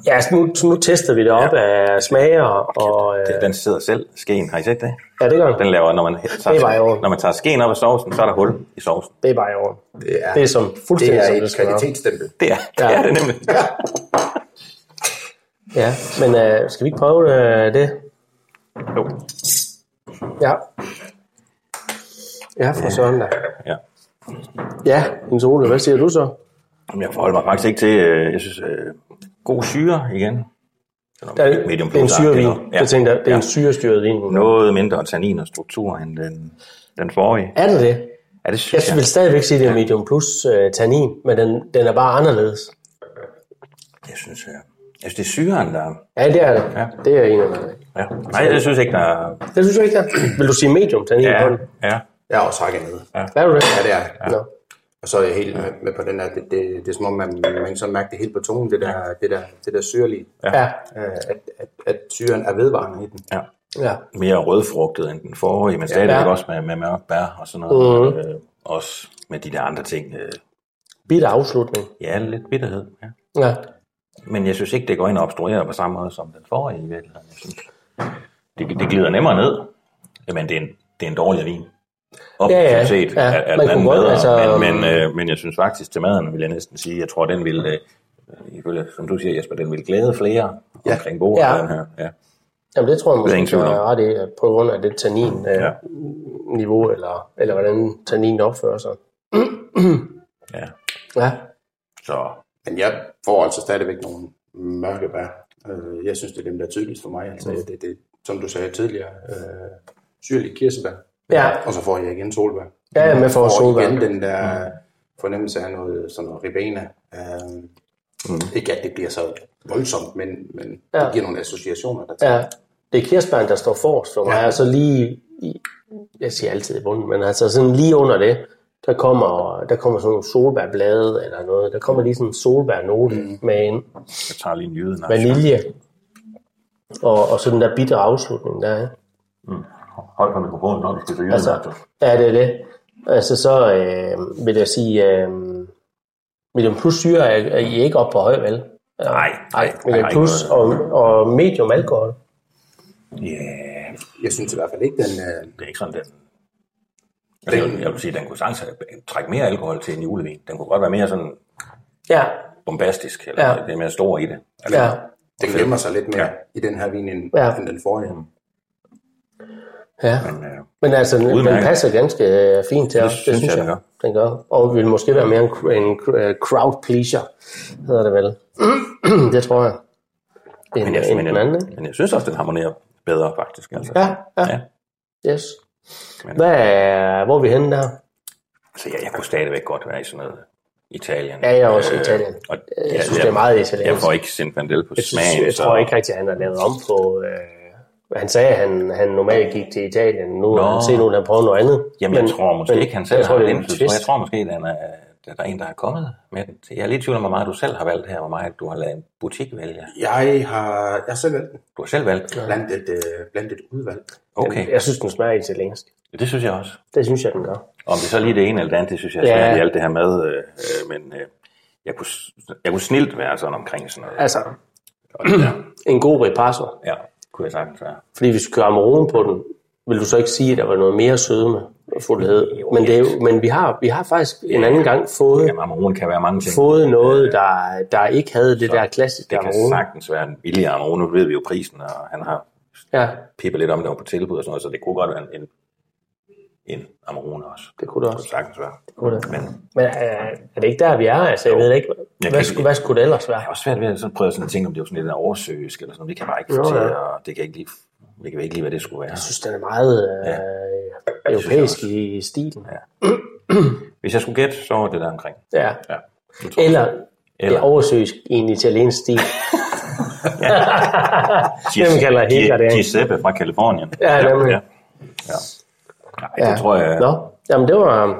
Speaker 1: Ja, altså nu, nu tester vi det op ja. af smager, og øh,
Speaker 2: den sidder selv, skeen. Har I set det?
Speaker 1: ja, det gør den.
Speaker 2: Den laver, når man
Speaker 1: Det var i
Speaker 2: tager,
Speaker 1: orden.
Speaker 2: når man tager skeen op af sovsen, så er der hul i sovsen.
Speaker 1: Det er bare i orden.
Speaker 3: Det er,
Speaker 1: Det er som
Speaker 3: det
Speaker 1: fuldstændig
Speaker 3: er
Speaker 1: som
Speaker 3: et
Speaker 1: det skal være.
Speaker 3: kvalitetsstempel.
Speaker 2: Det er, ja. det,
Speaker 1: Ja.
Speaker 2: er det nemlig.
Speaker 1: Ja, men øh, skal vi ikke prøve øh, det?
Speaker 2: Jo.
Speaker 1: Ja. Ja, for søren da.
Speaker 2: Ja.
Speaker 1: Ja, en sole, hvad siger du så?
Speaker 2: Jamen, jeg forholder mig faktisk ikke til, øh, jeg synes, øh, god syre igen. Sådan
Speaker 1: Der,
Speaker 2: noget
Speaker 1: det er en
Speaker 2: plus-
Speaker 1: syrevin.
Speaker 2: Ja.
Speaker 1: Jeg tænkte, det er en syrestyret vin.
Speaker 2: Noget mindre tannin og struktur end den, den forrige.
Speaker 1: Er det det?
Speaker 2: Er det
Speaker 1: Jeg
Speaker 2: synes
Speaker 1: vil stadigvæk sige, at det er medium plus øh, tannin, men den, den er bare anderledes.
Speaker 2: Jeg synes, øh, jeg synes det er syren, der...
Speaker 1: Ja, det er det.
Speaker 2: Ja.
Speaker 1: Ja. Det er en af dem.
Speaker 2: Ja. Nej, jeg synes ikke, der...
Speaker 1: Det synes jeg ikke, der. Vil du sige medium til en hel
Speaker 2: Ja,
Speaker 1: hånd?
Speaker 2: ja.
Speaker 3: Jeg er også hakket ned. Ja.
Speaker 1: Er du det?
Speaker 3: ja, det er det.
Speaker 1: Nå.
Speaker 3: Og så er jeg helt med, med på den der, det, det, det er som om, man, man så mærker det helt på tungen, det der, det der, det der syrlige.
Speaker 1: Ja.
Speaker 3: Øh, at, at, at syren er vedvarende i den.
Speaker 2: ja.
Speaker 1: ja.
Speaker 2: Mere rødfrugtet end den forrige, men stadigvæk
Speaker 1: Ja.
Speaker 2: også med, med mørk bær og sådan noget. Mm. Øh, også med de der andre ting. Øh,
Speaker 1: Bitter afslutning.
Speaker 2: ja, lidt bitterhed. Ja.
Speaker 1: Ja.
Speaker 2: Men jeg synes ikke, det går ind og obstruerer på samme måde som den forrige i virkeligheden. Jeg synes, det, det glider nemmere ned, men det er en, det er en dårlig vin. Objektivt
Speaker 1: Ja, ja.
Speaker 2: set
Speaker 1: Ja,
Speaker 2: er, er
Speaker 1: man
Speaker 2: den anden
Speaker 1: kunne godt,
Speaker 2: bedre, altså,
Speaker 1: altså,
Speaker 2: men, men, øh, men jeg synes faktisk til maden, vil jeg næsten sige, jeg tror, den vil, øh, ifølge, som du siger Jesper, den vil glæde flere ja. omkring bordet.
Speaker 1: Ja.
Speaker 2: Den her. Ja.
Speaker 1: Jamen det tror jeg
Speaker 2: Det er ingen
Speaker 1: måske,
Speaker 2: tvivl
Speaker 1: du
Speaker 2: om.
Speaker 1: er ret i, at på grund af det tannin øh,
Speaker 2: Ja.
Speaker 1: niveau, eller, eller hvordan tannin opfører sig.
Speaker 2: Ja.
Speaker 1: Ja.
Speaker 2: Så
Speaker 3: Men jeg får altså stadigvæk nogle mørke bær. Øh, jeg synes, det er dem, der er tydeligst for mig. Altså, det, det, som du sagde tidligere, øh, syrlige kirsebær.
Speaker 1: Ja.
Speaker 3: Og så får jeg igen solbær.
Speaker 1: Ja, ja, med for
Speaker 3: Og
Speaker 1: solbær.
Speaker 3: igen den der fornemmelse af noget, sådan noget ribena. Øh, mm. Ikke at det bliver så voldsomt, men, men ja.
Speaker 1: Ja.
Speaker 3: det giver nogle associationer. Der
Speaker 1: Ja, det er kirsebæren, der står forrest for mig,
Speaker 3: Ja.
Speaker 1: ja. og så lige, i, jeg siger altid i bunden, men altså sådan lige under det, der kommer, der kommer sådan nogle solbærblade eller noget, der kommer lige sådan en solbærnote mm. med en
Speaker 2: jeg tager lige en jyde. nej.
Speaker 1: vanilje, og, og sådan den der bitter afslutning der, ikke?
Speaker 2: Hold på mikrofonen, når du skal til jyden.
Speaker 1: Altså, ja, det er det. Altså, så øh, vil jeg sige, øh, medium plus syre er, er I ikke oppe på høj, vel?
Speaker 2: Nej, nej,
Speaker 1: Medium
Speaker 2: nej,
Speaker 1: øh, plus
Speaker 2: nej.
Speaker 1: og, og medium alkohol.
Speaker 2: Ja,
Speaker 3: Jeg synes i hvert fald ikke, den... Øh,
Speaker 2: det er ikke sådan, den... Altså, jeg, vil, jeg vil sige, den kunne sagtens have- trække mere alkohol til en julevin. Den kunne godt være mere sådan
Speaker 1: Ja,
Speaker 2: bombastisk, eller ja.
Speaker 1: Ja.
Speaker 2: det er mere stor i det. Altså,
Speaker 1: ja.
Speaker 3: den glemmer sig lidt mere
Speaker 2: Ja.
Speaker 3: ja. i den her vin, end,
Speaker 1: Ja. Mm.
Speaker 3: ja. end den forrige.
Speaker 1: Ja,
Speaker 2: Men, øh,
Speaker 1: men altså, den, den
Speaker 2: Udmærket.
Speaker 1: passer ganske øh, fint til
Speaker 2: Det
Speaker 1: os,
Speaker 2: synes jeg, den gør.
Speaker 1: Den gør. Og vil måske være mere en, cr- en cr- øh, crowd pleaser, hedder det vel. det tror jeg. En,
Speaker 2: men, jeg,
Speaker 1: en,
Speaker 2: men,
Speaker 1: en anden,
Speaker 2: jeg,
Speaker 1: ikke?
Speaker 2: men jeg synes også, den harmonerer bedre, faktisk. Altså.
Speaker 1: Ja, ja,
Speaker 2: ja.
Speaker 1: yes. Hvad er, hvor er vi henne der?
Speaker 2: Så ja, jeg kunne stadigvæk godt være i sådan noget Italien.
Speaker 1: Ja, jeg er også Italien.
Speaker 2: Øh, Og,
Speaker 1: Øh, Jeg synes, det er meget italiensk.
Speaker 2: Jeg får ikke sendt Vandel på
Speaker 1: Jeg, synes,
Speaker 2: smagen.
Speaker 1: jeg tror ikke rigtig, at han har lavet om på... Øh, han sagde, at han, han normalt gik til Italien. Nu
Speaker 2: Nå.
Speaker 1: har han set nogen, der prøver noget andet.
Speaker 2: Jamen, jeg tror måske
Speaker 1: men
Speaker 2: ikke, han selv
Speaker 1: jeg
Speaker 2: jeg
Speaker 1: tror,
Speaker 2: har
Speaker 1: det
Speaker 2: en
Speaker 1: er en
Speaker 2: indflydelse. på.
Speaker 1: twist.
Speaker 2: Jeg tror måske, den er, at der er en, der er kommet med den. Jeg er lidt i tvivl om, hvor meget du selv har valgt her, hvor meget du har lavet en butik vælge.
Speaker 3: Jeg har, jeg har selv valgt den.
Speaker 2: Du har selv valgt.
Speaker 3: blandt et, øh, blandt et udvalg.
Speaker 2: Okay,
Speaker 1: Øh, Jeg synes, den smager italiensk.
Speaker 2: det synes jeg også.
Speaker 1: Det synes jeg, den gør.
Speaker 2: Om det så lige er det ene eller det andet, det synes jeg er
Speaker 1: Ja.
Speaker 2: svært i alt det her med. Øh, øh, men øh, jeg, kunne, s- jeg kunne snilt være sådan omkring sådan noget.
Speaker 1: Altså,
Speaker 2: Og det der.
Speaker 1: en god ripasso.
Speaker 2: Ja, kunne jeg sagtens være.
Speaker 1: Fordi hvis du kører Amarone på den, vil du så ikke sige, at der var noget mere sødme og fuldhed. Men, det er jo, men vi, har, vi har faktisk en anden gang fået,
Speaker 2: Jamen, Amarone kan være mange ting.
Speaker 1: fået noget, der, der ikke havde det der klassiske
Speaker 2: det kan
Speaker 1: Amarone.
Speaker 2: sagtens være en billigere Amarone. Nu ved vi jo prisen, og han har
Speaker 1: Ja,
Speaker 2: pippet lidt om, det var på tilbud og sådan noget, så det kunne godt være en, en, en Amarone også.
Speaker 1: det kunne det
Speaker 2: kunne
Speaker 1: også.
Speaker 2: sagtens være.
Speaker 1: Kunne det.
Speaker 2: Men
Speaker 1: Men øh, er det ikke der, vi er? Altså, jeg ved ikke,
Speaker 2: kan
Speaker 1: hvad, skulle,
Speaker 2: ikke-
Speaker 1: hvad skulle det ellers være?
Speaker 2: jeg har også svært ved at så prøve sådan at tænke, om det var sådan lidt oversøisk eller sådan noget. Det kan jeg bare ikke
Speaker 1: Jo,
Speaker 2: få til,
Speaker 1: ja.
Speaker 2: og det kan jeg ikke lige, det kan jeg ikke lige, hvad det skulle være.
Speaker 1: Jeg synes, den er meget øh, europæisk i stilen. Ja.
Speaker 2: Hvis jeg skulle gætte, så var det der omkring.
Speaker 1: ja.
Speaker 2: Ja. Det tror jeg.
Speaker 1: Eller,
Speaker 2: Eller-
Speaker 1: Eller. oversøisk i en italiensk stil. Dem kalder jeg helt
Speaker 2: Gi-
Speaker 1: det.
Speaker 2: Giuseppe fra Kalifornien.
Speaker 1: Ja, nemlig.
Speaker 2: Ja. ja. Nej, det ja. tror jeg.
Speaker 1: Nå, jamen det var øhm,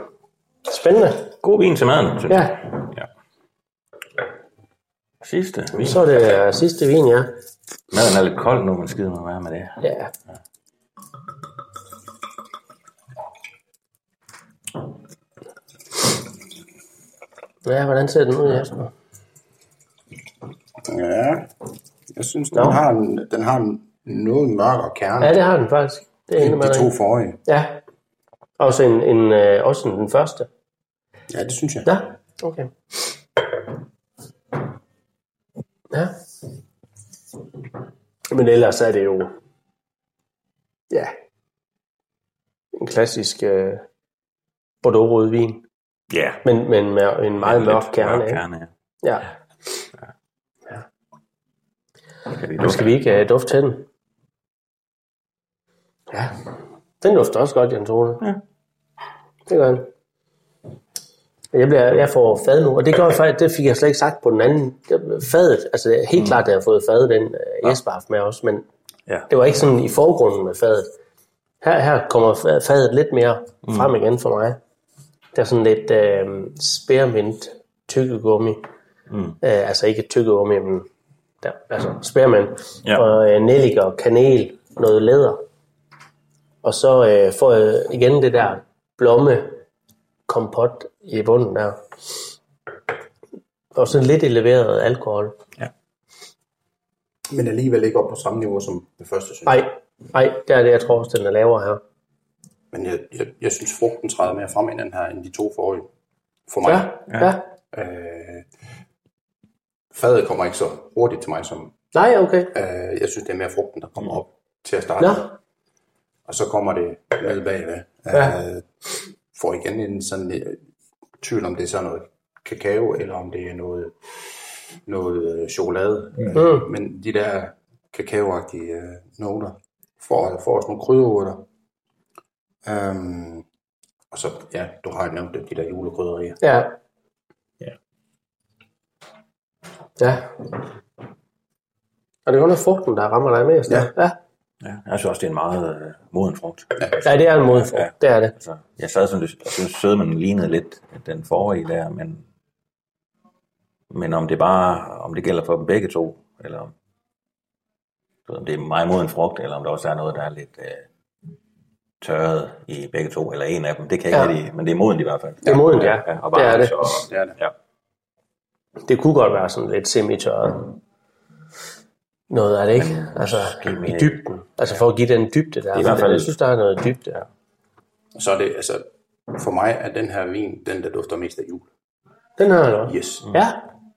Speaker 1: spændende.
Speaker 2: God vin til maden, synes
Speaker 1: Ja,
Speaker 2: jeg. ja. Sidste vin.
Speaker 1: så er det øh, sidste vin, ja.
Speaker 2: Maden er lidt kold nu, men skide mig være med det.
Speaker 1: Ja, ja hvordan ser den ud, Jesper?
Speaker 3: Ja, jeg synes, den har, en, den har en noget mørkere kerne
Speaker 1: Ja, det har den faktisk. Det er
Speaker 3: end
Speaker 1: inde med
Speaker 3: de to forrige.
Speaker 1: Ja, også, en, en, øh, også den første.
Speaker 3: Ja, det synes jeg.
Speaker 1: Ja, okay. Ja. Men ellers er det jo, ja, en klassisk øh, Bordeaux-rødvin,
Speaker 2: Ja.
Speaker 1: men, men med en meget mørk
Speaker 2: Lidt
Speaker 1: kerne.
Speaker 2: Mørk
Speaker 1: Ikke?
Speaker 2: kerne, ja.
Speaker 1: Ja.
Speaker 2: Kan vi
Speaker 1: Nu skal vi ikke øh, dufte til den. Ja, den dufter også godt, Jens Ole.
Speaker 2: Ja.
Speaker 1: Det gør den. Jeg, bliver, jeg får fad nu, og det, gør jeg, faktisk- det fik jeg slet ikke sagt på den anden. Det- Fadet, altså det er helt mm. klart, at jeg har fået fadet den øh, Jesper har haft med også, men
Speaker 2: Ja.
Speaker 1: det var ikke sådan i forgrunden med fadet. Her, her kommer fa- fadet lidt mere mm. frem igen for mig. Der er sådan lidt øh, spearmint tykkegummi. Mm. Øh, altså ikke tykkegummi, men der, altså spearmint.
Speaker 2: Ja.
Speaker 1: Og øh, nelliker, kanel, noget læder. Og så øh, får jeg igen det der blomme kompot i bunden der. Og sådan lidt eleveret alkohol.
Speaker 3: Men alligevel ikke op på samme niveau som det første, synes jeg.
Speaker 1: Nej, nej, der er det, jeg tror også, den er lavere her.
Speaker 3: Men jeg, jeg, jeg synes, frugten træder mere frem i den her, end de to forrige. For mig.
Speaker 1: Ja, ja.
Speaker 3: Øh, fadet kommer ikke så hurtigt til mig, som
Speaker 1: Nej, okay.
Speaker 3: øh, jeg synes, det er mere frugten, der kommer op til at starte.
Speaker 1: Mm. Nå,
Speaker 3: med. Og så kommer det med bagved.
Speaker 1: Ja.
Speaker 3: Øh, får igen en sådan lidt tvivl, om det er sådan noget kakao, eller om det er noget, noget øh, chokolade. Øh, men de der kakaoagtige øh, noter får, får også nogle krydderurter. Øhm, og så, ja, du har jo nævnt det, de der julekrydderier.
Speaker 1: ja.
Speaker 2: Ja.
Speaker 1: Ja. Og det er godt nok frugten, der rammer dig mest.
Speaker 3: Ja.
Speaker 1: ja.
Speaker 2: Ja, jeg synes også, det er en meget øh, moden frugt.
Speaker 1: Ja, det er en modfrugt,
Speaker 2: Ja.
Speaker 1: ja. det er det.
Speaker 2: Altså, jeg sad sådan, lidt- jeg synes, sødmen lignede lidt den forrige der, men, men om det bare, om det gælder for dem begge to, eller om, du ved, om det er meget mod en frugt, eller om der også er noget, der er lidt øh, tørret i begge to, eller en af dem, det kan jeg
Speaker 1: Ja.
Speaker 2: ikke rigtig, men det er modent i hvert fald.
Speaker 1: Det er modent, ja.
Speaker 2: ja og
Speaker 1: Det er
Speaker 2: varmt,
Speaker 1: det.
Speaker 2: Og,
Speaker 3: Det er det.
Speaker 2: ja.
Speaker 1: Det kunne godt være sådan lidt semi-tørret. Noget er det ikke? Altså,
Speaker 2: Måske
Speaker 1: i
Speaker 2: mere-
Speaker 1: dybden. Altså for at give den dybde der.
Speaker 2: i hvert fald-
Speaker 1: Jeg synes, der er noget dybde der.
Speaker 3: Og så er det, altså, for mig er den her vin, den der dufter mest af jul.
Speaker 1: Den har jeg nok.
Speaker 3: Yes.
Speaker 1: Ja,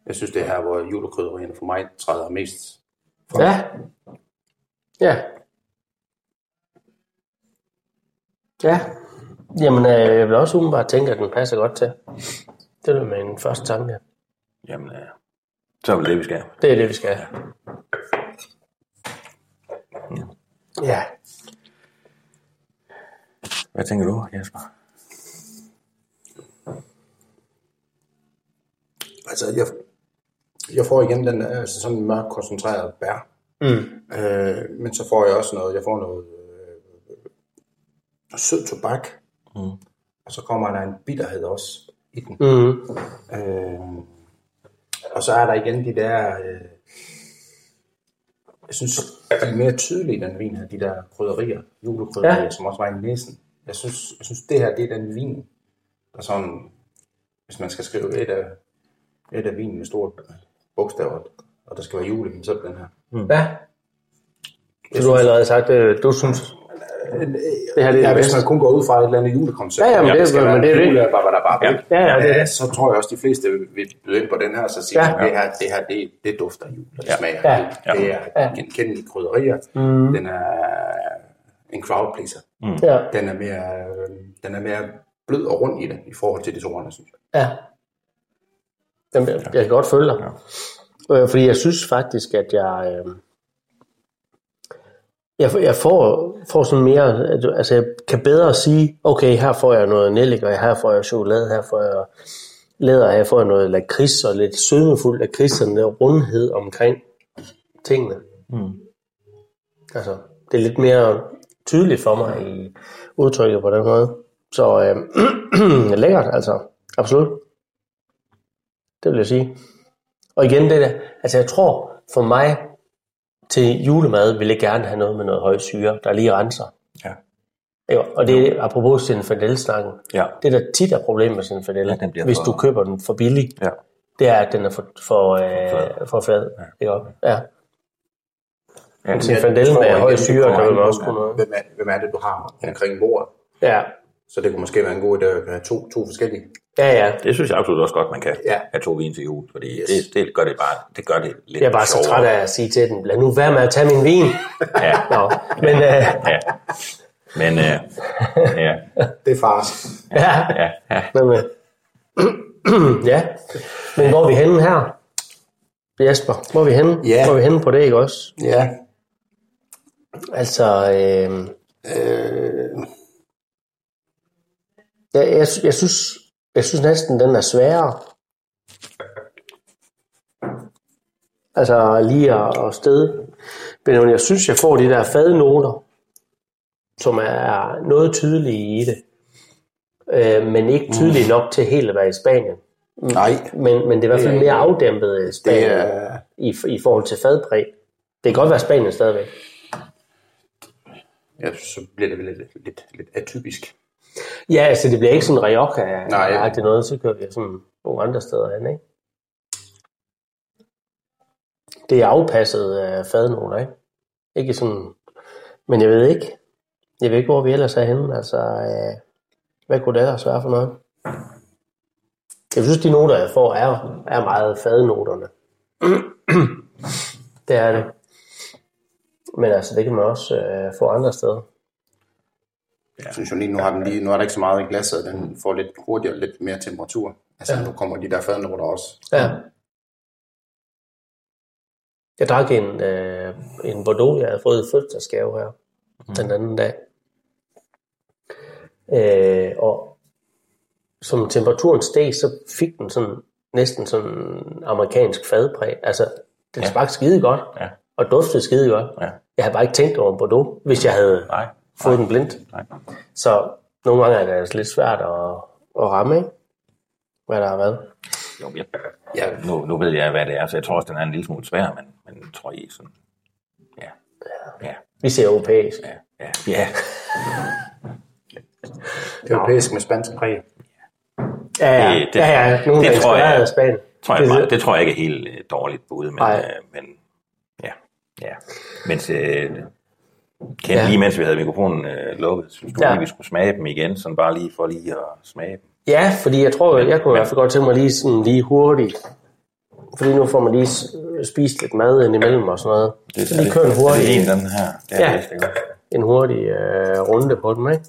Speaker 3: Jeg synes, det er her, hvor julekrydderierne for mig træder mest
Speaker 1: ja. Ja. Ja. Jamen, øh, jeg vil også umiddelbart tænke, at den passer godt til. Det er min første tanke.
Speaker 2: Jamen, øh, så er det det, vi skal.
Speaker 1: Det er det, vi skal. Ja.
Speaker 2: Hvad tænker du, Jesper?
Speaker 3: Altså, jeg, jeg får igen den der, altså sådan en mørk koncentreret bær. Mm. Øh, men så får jeg også noget, jeg får noget, øh, noget sød tobak. Mm. Og så kommer der en bitterhed også i den.
Speaker 1: Mm.
Speaker 3: Øh, og så er der igen de der, øh, jeg synes, de er mere tydelige, i den vin her, de der krydderier, julekrydderier,
Speaker 1: Ja.
Speaker 3: ja. som også var i næsen. Jeg synes, jeg synes, det her, det er den vin, der sådan, hvis man skal skrive et af, et af vinen med stort bogstav, og der skal være jul i den, så er det den her.
Speaker 1: Ja. Så du har allerede sagt, at du synes, det her det er
Speaker 3: Ja,
Speaker 1: det
Speaker 3: hvis
Speaker 1: bedste.
Speaker 3: man kun går ud fra et eller andet julekoncept.
Speaker 1: Ja, ja, men det- men det er det.
Speaker 3: det.
Speaker 1: Ja, ja, det er det.
Speaker 3: så tror jeg også, de fleste vil byde ind på den her, og så sige,
Speaker 1: Ja.
Speaker 3: ja. det her, det her det, det dufter af jul, og det ja. smager.
Speaker 1: Ja.
Speaker 3: af jul. Det er genkendelige krydderier. Mm. Den er en crowd pleaser. Mm.
Speaker 1: Ja.
Speaker 3: Den, er mere, øh, den er mere blød og rund i det, i forhold til de to andre, synes jeg.
Speaker 1: Ja. Jamen, jeg, jeg kan godt følge dig. Ja. Øh, fordi jeg synes faktisk, at jeg... Øh, jeg, får- jeg får, får sådan mere... at- Altså, jeg kan bedre sige, okay, her får jeg noget nellik, og her får jeg chokolade, her får jeg læder, her får jeg noget lakrids, og lidt sødmefuld lakrids, og den der rundhed omkring tingene. Mm. Altså, det er lidt mere tydeligt for mig i udtrykket på den måde. Så øh, lækkert, altså. Absolut. Det vil jeg sige. Og igen det der, altså jeg tror for mig til julemad vil jeg gerne have noget med noget høj syre, der lige renser.
Speaker 2: Ja.
Speaker 1: Jo, og det er apropos Sinfadel-snakken.
Speaker 2: Ja.
Speaker 1: Det der tit er problemet med Sinfadel,
Speaker 2: Ja, den bliver
Speaker 1: hvis
Speaker 2: for-
Speaker 1: du køber den for billig,
Speaker 2: Ja.
Speaker 1: det er, at den er for, for, øh, for flad. Ja. Ja.
Speaker 2: Ja,
Speaker 1: Sinfadel
Speaker 3: Jeg tror
Speaker 1: med høj
Speaker 3: igen, det
Speaker 1: syre
Speaker 3: kommer
Speaker 1: kan
Speaker 3: an
Speaker 1: vel
Speaker 3: på,
Speaker 1: også kunne noget.
Speaker 3: Hvem er, hvem er det, du har omkring bordet?
Speaker 1: Ja,
Speaker 3: Så det kunne måske være en god idé at have to, to forskellige.
Speaker 1: ja, ja.
Speaker 2: Det synes jeg absolut også godt, man kan
Speaker 3: Ja.
Speaker 2: have to vin til jul, fordi
Speaker 3: Yes.
Speaker 2: det, det, gør det bare, det gør det lidt
Speaker 1: Jeg er bare så
Speaker 2: sjovere.
Speaker 1: træt af at sige til den, lad nu være med at tage min vin.
Speaker 2: Ja,
Speaker 1: Nå, men øh,
Speaker 2: ja. Men øh, ja,
Speaker 3: Det er fars.
Speaker 1: ja,
Speaker 2: ja, ja.
Speaker 1: Men, øh, ja, men hvor er vi henne her? Jesper, hvor er vi henne?
Speaker 3: Ja.
Speaker 1: Hvor er vi henne på det, ikke også?
Speaker 3: Ja,
Speaker 1: Altså, øh,
Speaker 3: Øh,
Speaker 1: jeg, jeg, sy- jeg synes, Jeg synes næsten, den er sværere. Altså lige at, at sted. Men jeg synes, jeg får de der fadnoter, som er noget tydelige i det. Øh, men ikke tydelige nok til helt at være i Spanien.
Speaker 3: Nej,
Speaker 1: Men, men det er i hvert fald mere afdæmpet i
Speaker 3: det
Speaker 1: Spanien
Speaker 3: er...
Speaker 1: i, i forhold til fadpræg. Det kan godt være Spanien stadigvæk.
Speaker 3: Ja, så bliver det vel lidt, lidt, lidt atypisk.
Speaker 1: Ja, altså det bliver ikke sådan Rioja.
Speaker 3: Nej.
Speaker 1: Nej. Det er noget, så kører vi sådan nogle andre steder hen, ikke? Det er afpasset af fadnoter, ikke? Ikke sådan... Men jeg ved ikke. Jeg ved ikke, hvor vi ellers er henne. Altså, øh, hvad kunne det ellers være for noget? Jeg synes, de noter, jeg får, er, er meget fadnoterne. det er det. Men altså, det kan man også øh, få andre steder.
Speaker 3: Jeg synes jo lige, nu har, den lige, nu er der ikke så meget i glasset, den får lidt hurtigere, lidt mere temperatur. Altså, nu kommer de der fadnoter også.
Speaker 1: Ja. Jeg drak en, øh, en Bordeaux, jeg havde fået i fødselsdagsgave her mm.
Speaker 2: Mhm.
Speaker 1: den anden dag. Øh, og som temperaturen steg, så fik den sådan næsten sådan amerikansk fadpræg. Altså, den ja. smagte skide godt,
Speaker 2: Ja.
Speaker 1: og duftede skide godt.
Speaker 2: Ja.
Speaker 1: Jeg havde bare ikke tænkt over Bordeaux, hvis jeg havde
Speaker 2: Nej.
Speaker 1: fået den blindt.
Speaker 2: Nej.
Speaker 1: Så nogle gange er det altså lidt svært at, at ramme, ikke? hvad der har været.
Speaker 2: Jo, jeg,
Speaker 3: Ja,
Speaker 2: nu, nu ved jeg, hvad det er, så jeg tror også, den er en lille smule svær, men, men jeg tror I sådan... Ja. Ja.
Speaker 1: Vi ser europæisk.
Speaker 2: Ja. Ja. ja.
Speaker 3: europæisk med spansk præg.
Speaker 1: Ja, ja,
Speaker 2: Det- det-
Speaker 1: ja, ja. Nogen,
Speaker 2: det
Speaker 1: det der er
Speaker 2: tror jeg-
Speaker 1: inspireret af Spanien.
Speaker 2: Tror jeg,
Speaker 1: Det-
Speaker 2: det, det tror jeg ikke er helt øh, dårligt bud, men,
Speaker 1: Nej.
Speaker 2: øh, men ja. ja. Mens, øh, kan
Speaker 1: Ja.
Speaker 2: ja. lige mens vi havde mikrofonen øh, lukket, synes du
Speaker 1: Ja.
Speaker 2: ja. lige, vi skulle smage dem igen, sådan bare lige for lige at smage dem.
Speaker 1: Ja, fordi jeg tror, jeg kunne i hvert fald godt tænke mig lige, sådan, lige hurtigt. Fordi nu får man lige s- spist lidt mad ind imellem og sådan noget. Det, så lige køre en hurtig,
Speaker 2: Det er en den her. Det er
Speaker 1: Ja.
Speaker 2: ja. det, det er.
Speaker 1: en hurtig øh, runde på dem, ikke?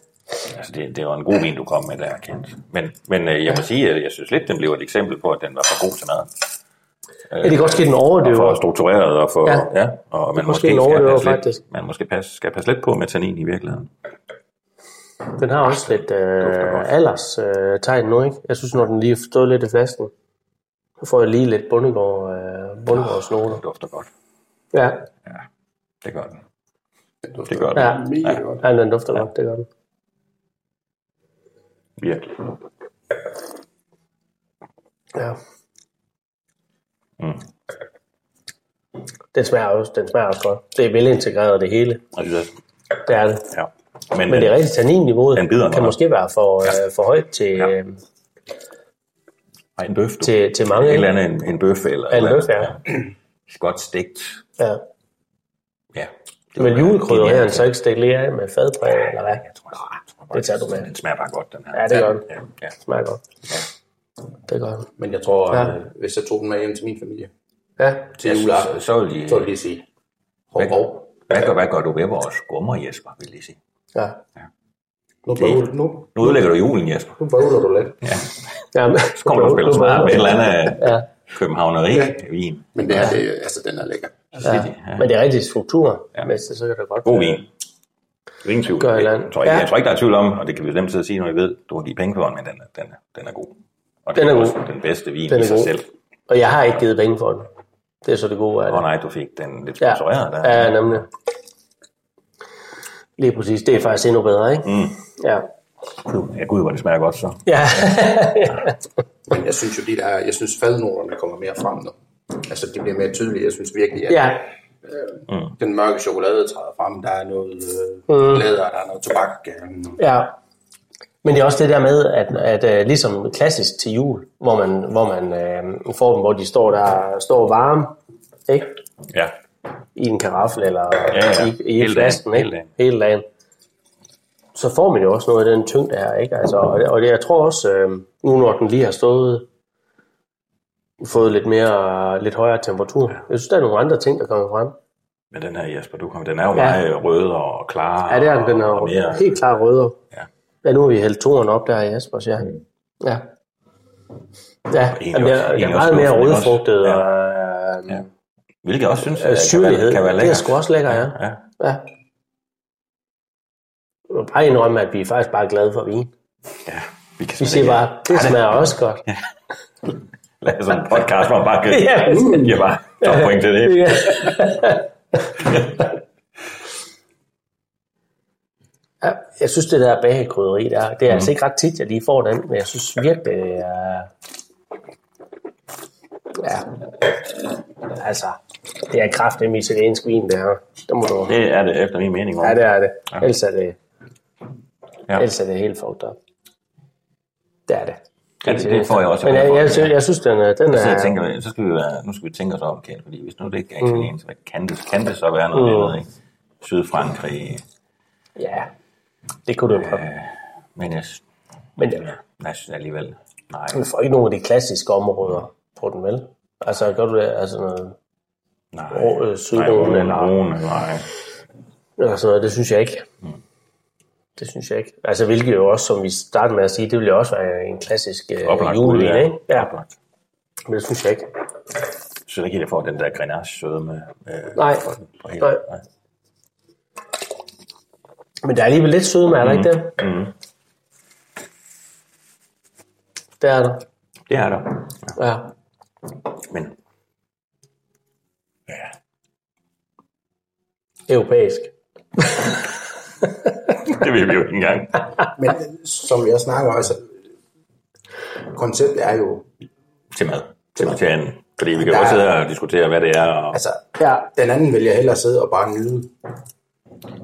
Speaker 2: Altså, det, det var en god vin, du kom med der, Kent. Men, men øh, jeg må sige, at jeg synes lidt, den blev et eksempel på, at den var for god til maden.
Speaker 1: Ja, det kan godt ske, den
Speaker 2: og
Speaker 1: overdøver.
Speaker 2: for struktureret og for...
Speaker 1: Ja.
Speaker 2: Ja. ja og man
Speaker 1: er måske
Speaker 2: måske,
Speaker 1: en
Speaker 2: skal
Speaker 1: overdøver,
Speaker 2: passe lidt,
Speaker 1: faktisk.
Speaker 2: man måske passe, skal passe lidt på med tannin i virkeligheden.
Speaker 1: Den har også lidt
Speaker 2: Dufter godt.
Speaker 1: øh, alders øh, tegn nu, ikke? Jeg synes, når den lige har stået lidt i flasken, så får jeg lige lidt bundegård, øh, bundegårdsnoter.
Speaker 2: Det dufter godt.
Speaker 1: Ja,
Speaker 2: Det gør den.
Speaker 3: Det,
Speaker 2: Det gør den.
Speaker 1: ja.
Speaker 3: mega godt.
Speaker 1: ja den dufter godt, det gør den.
Speaker 2: Virkelig.
Speaker 1: Ja.
Speaker 2: Mm.
Speaker 1: Den smager også, den smager også godt. Det er velintegreret det hele.
Speaker 2: Jeg synes også,
Speaker 1: Det er det.
Speaker 2: ja. Men, øh,
Speaker 1: Men det er rigtigt, tanninniveauet
Speaker 2: Den bider
Speaker 1: kan
Speaker 2: meget.
Speaker 1: måske være for, ja. øh, for højt til,
Speaker 2: Ja.
Speaker 1: ja.
Speaker 2: Ej, en bøf, du.
Speaker 1: til, til mange.
Speaker 2: Et eller andet, en, en bøf. Eller
Speaker 1: Ja, en
Speaker 2: et eller
Speaker 1: bøf, ja.
Speaker 2: andet. Godt stegt.
Speaker 1: Ja.
Speaker 2: Ja.
Speaker 1: Men julekrydderier er
Speaker 2: Genialt.
Speaker 1: den så ikke stikke lige af med fadpræg, eller hvad?
Speaker 2: Jeg tror, jeg tror
Speaker 1: Det tager du
Speaker 2: faktisk,
Speaker 1: med.
Speaker 2: Den smager bare godt, den her.
Speaker 1: Ja, det gør den.
Speaker 2: Ja, ja.
Speaker 1: Smager godt. Det gør den.
Speaker 3: Men jeg tror,
Speaker 1: Ja.
Speaker 3: ja. hvis jeg tog den med hjem til min familie
Speaker 1: Ja.
Speaker 3: til juleaften,
Speaker 2: Så, så vil I,
Speaker 3: så ville de sige, hov,
Speaker 2: Hvad-
Speaker 3: hov,
Speaker 2: hvad, gør, hvad gør du ved vores skummer, Jesper, vil jeg sige.
Speaker 1: Ja.
Speaker 3: nu bøvler nu,
Speaker 2: Nu ødelægger du julen, Jesper.
Speaker 3: nu bøvler du lidt.
Speaker 1: ja men,
Speaker 2: Så kommer du og spiller smart med et eller andet øh,
Speaker 1: Ja.
Speaker 2: københavneri
Speaker 3: Ja.
Speaker 2: vin.
Speaker 3: Men det er, det, altså, den er lækker.
Speaker 1: Ja. Men det er rigtig struktur, ja. men så kan det godt
Speaker 2: God
Speaker 1: være.
Speaker 2: vin. Ingen tvivl.
Speaker 1: Gør i land.
Speaker 2: jeg, tror ikke,
Speaker 1: Ja.
Speaker 2: jeg tror ikke, der er tvivl om, og det kan vi nemt sidde og sige, når I ved, du har givet penge for den, men den, er- den, er- den er god. Og det
Speaker 1: Den
Speaker 2: er,
Speaker 1: er
Speaker 2: også
Speaker 1: god.
Speaker 2: den bedste vin
Speaker 1: Den
Speaker 2: i
Speaker 1: er
Speaker 2: sig
Speaker 1: god.
Speaker 2: selv.
Speaker 1: Og jeg har ikke givet penge for den. Det er så det gode af
Speaker 2: Åh
Speaker 1: det.
Speaker 2: oh, nej, du fik den lidt
Speaker 1: Ja,
Speaker 2: sponsoreret der.
Speaker 1: ja nemlig. Lige præcis. Det er faktisk endnu bedre, ikke? Mm. Ja.
Speaker 2: Gud, Ja, gud, hvor det smager godt så.
Speaker 1: Ja.
Speaker 3: Men jeg synes jo, de der, jeg synes fadnoterne kommer mere frem nu. Altså, det bliver mere tydeligt. Jeg synes virkelig, at
Speaker 1: ja.
Speaker 3: den mørke chokolade træder frem. Der er noget øh,
Speaker 1: Mm.
Speaker 3: læder, der er noget tobak. Øh,
Speaker 1: ja. Men det er også det der med, at, at uh, ligesom klassisk til jul, hvor man, hvor man uh, får dem, hvor de står der står varme, ikke?
Speaker 2: Ja,
Speaker 1: i en karaffel eller
Speaker 2: ja.
Speaker 1: i, i hele
Speaker 2: Hele
Speaker 1: flasken,
Speaker 2: dagen,
Speaker 1: ikke?
Speaker 2: hele dagen.
Speaker 1: Hele dagen. Så får man jo også noget af den tyngde her, ikke? Altså, og, det, og det, jeg tror også, øh, nu når den lige har stået, fået lidt mere, lidt højere temperatur. Jeg synes, der er nogle andre ting, der kommer frem.
Speaker 2: men den her Jesper, du kom, den er jo
Speaker 1: Ja.
Speaker 2: meget rød og klar.
Speaker 1: Ja, det er
Speaker 2: og-
Speaker 1: den, den
Speaker 2: og mere.
Speaker 1: er helt klar rødder.
Speaker 2: Ja. Mm.
Speaker 1: ja, nu har vi hældt toren op der i Jaspers, ja. Ja. Ja,
Speaker 2: egentlig
Speaker 1: jamen,
Speaker 2: også-
Speaker 1: det er,
Speaker 2: egentlig
Speaker 1: det er
Speaker 2: også
Speaker 1: meget mere
Speaker 2: luftfuldt, ikke også?
Speaker 1: rødfrugtet
Speaker 2: Ja.
Speaker 1: og øh,
Speaker 2: Ja. Hvilket jeg også synes, at
Speaker 1: øh, syrlighed.
Speaker 2: kan være
Speaker 1: det er
Speaker 2: lækkert.
Speaker 1: sgu også lækker, ja.
Speaker 2: Ja,
Speaker 1: Ja. Jeg vil bare indrømme, at vi er faktisk bare glade for vin.
Speaker 2: ja. Vi, kan
Speaker 1: Vi
Speaker 2: slet
Speaker 1: siger
Speaker 2: ikke-
Speaker 1: bare, det smager også godt.
Speaker 2: Lad os sådan en podcast, hvor man bare kan...
Speaker 1: Ja.
Speaker 2: Jeg bare top point til det.
Speaker 1: Ja. ja, jeg synes, det der bagekrydderi, der, det er mm. altså ikke ret tit, jeg lige får den, men jeg synes virkelig, det er... Ja. Altså, det er kraft, det er italiensk vin, det her. Det må du...
Speaker 2: Det er det efter min mening.
Speaker 1: Ja, det er det.
Speaker 2: Ja.
Speaker 1: Ellers er det,
Speaker 2: Ja.
Speaker 1: ellers er det helt fucked up. Det er det.
Speaker 2: Ja, det- det får jeg også.
Speaker 1: Men jeg, jeg, jeg, jeg synes, den er... Den
Speaker 2: Så jeg
Speaker 1: er
Speaker 2: tænker, så skal vi være, nu skal vi tænke os om, Kjeld, fordi hvis nu det ikke er italiensk, hvad kan det, kan det så være noget
Speaker 1: Mm.
Speaker 2: andet, ikke? Sydfrankrig,
Speaker 1: ja, det kunne du jo prøve.
Speaker 2: men jeg,
Speaker 1: Men ja,
Speaker 2: nej, jeg synes alligevel, nej,
Speaker 1: du får ikke nogen af de klassiske områder på den, vel? Altså, gør du det? Altså noget,
Speaker 2: nej,
Speaker 1: Rå- øh,
Speaker 2: nej,
Speaker 1: Sydrhone
Speaker 2: Rhone,
Speaker 1: eller-
Speaker 2: Rhone, nej,
Speaker 1: altså noget, det synes jeg ikke.
Speaker 2: Mm.
Speaker 1: Det synes jeg ikke. Altså, hvilket jo også, som vi startede med at sige, det ville jo også være en klassisk øh,
Speaker 2: Oplagt
Speaker 1: julevin,
Speaker 2: bud, ja.
Speaker 1: ikke? Ja,
Speaker 2: Oplagt.
Speaker 1: men det synes jeg ikke.
Speaker 2: jeg synes ikke, at jeg får den der grenache sødme. Øh,
Speaker 1: Nej.
Speaker 2: for den, for helt,
Speaker 1: Nej. Men der er alligevel lidt sødme, er der ikke det?
Speaker 2: Mm.
Speaker 1: Det er der.
Speaker 2: Det er der, ja.
Speaker 1: Ja.
Speaker 2: men ja,
Speaker 1: Europæisk.
Speaker 2: det vil vi jo ikke engang.
Speaker 3: Men øh, som jeg snakker også, konceptet er jo,
Speaker 2: Til mad. Til mad. Til anden. Fordi vi kan
Speaker 3: Der
Speaker 2: jo også
Speaker 3: er-
Speaker 2: sidde og diskutere, hvad det er. Og,
Speaker 3: altså, ja. den anden vil jeg hellere sidde og bare nyde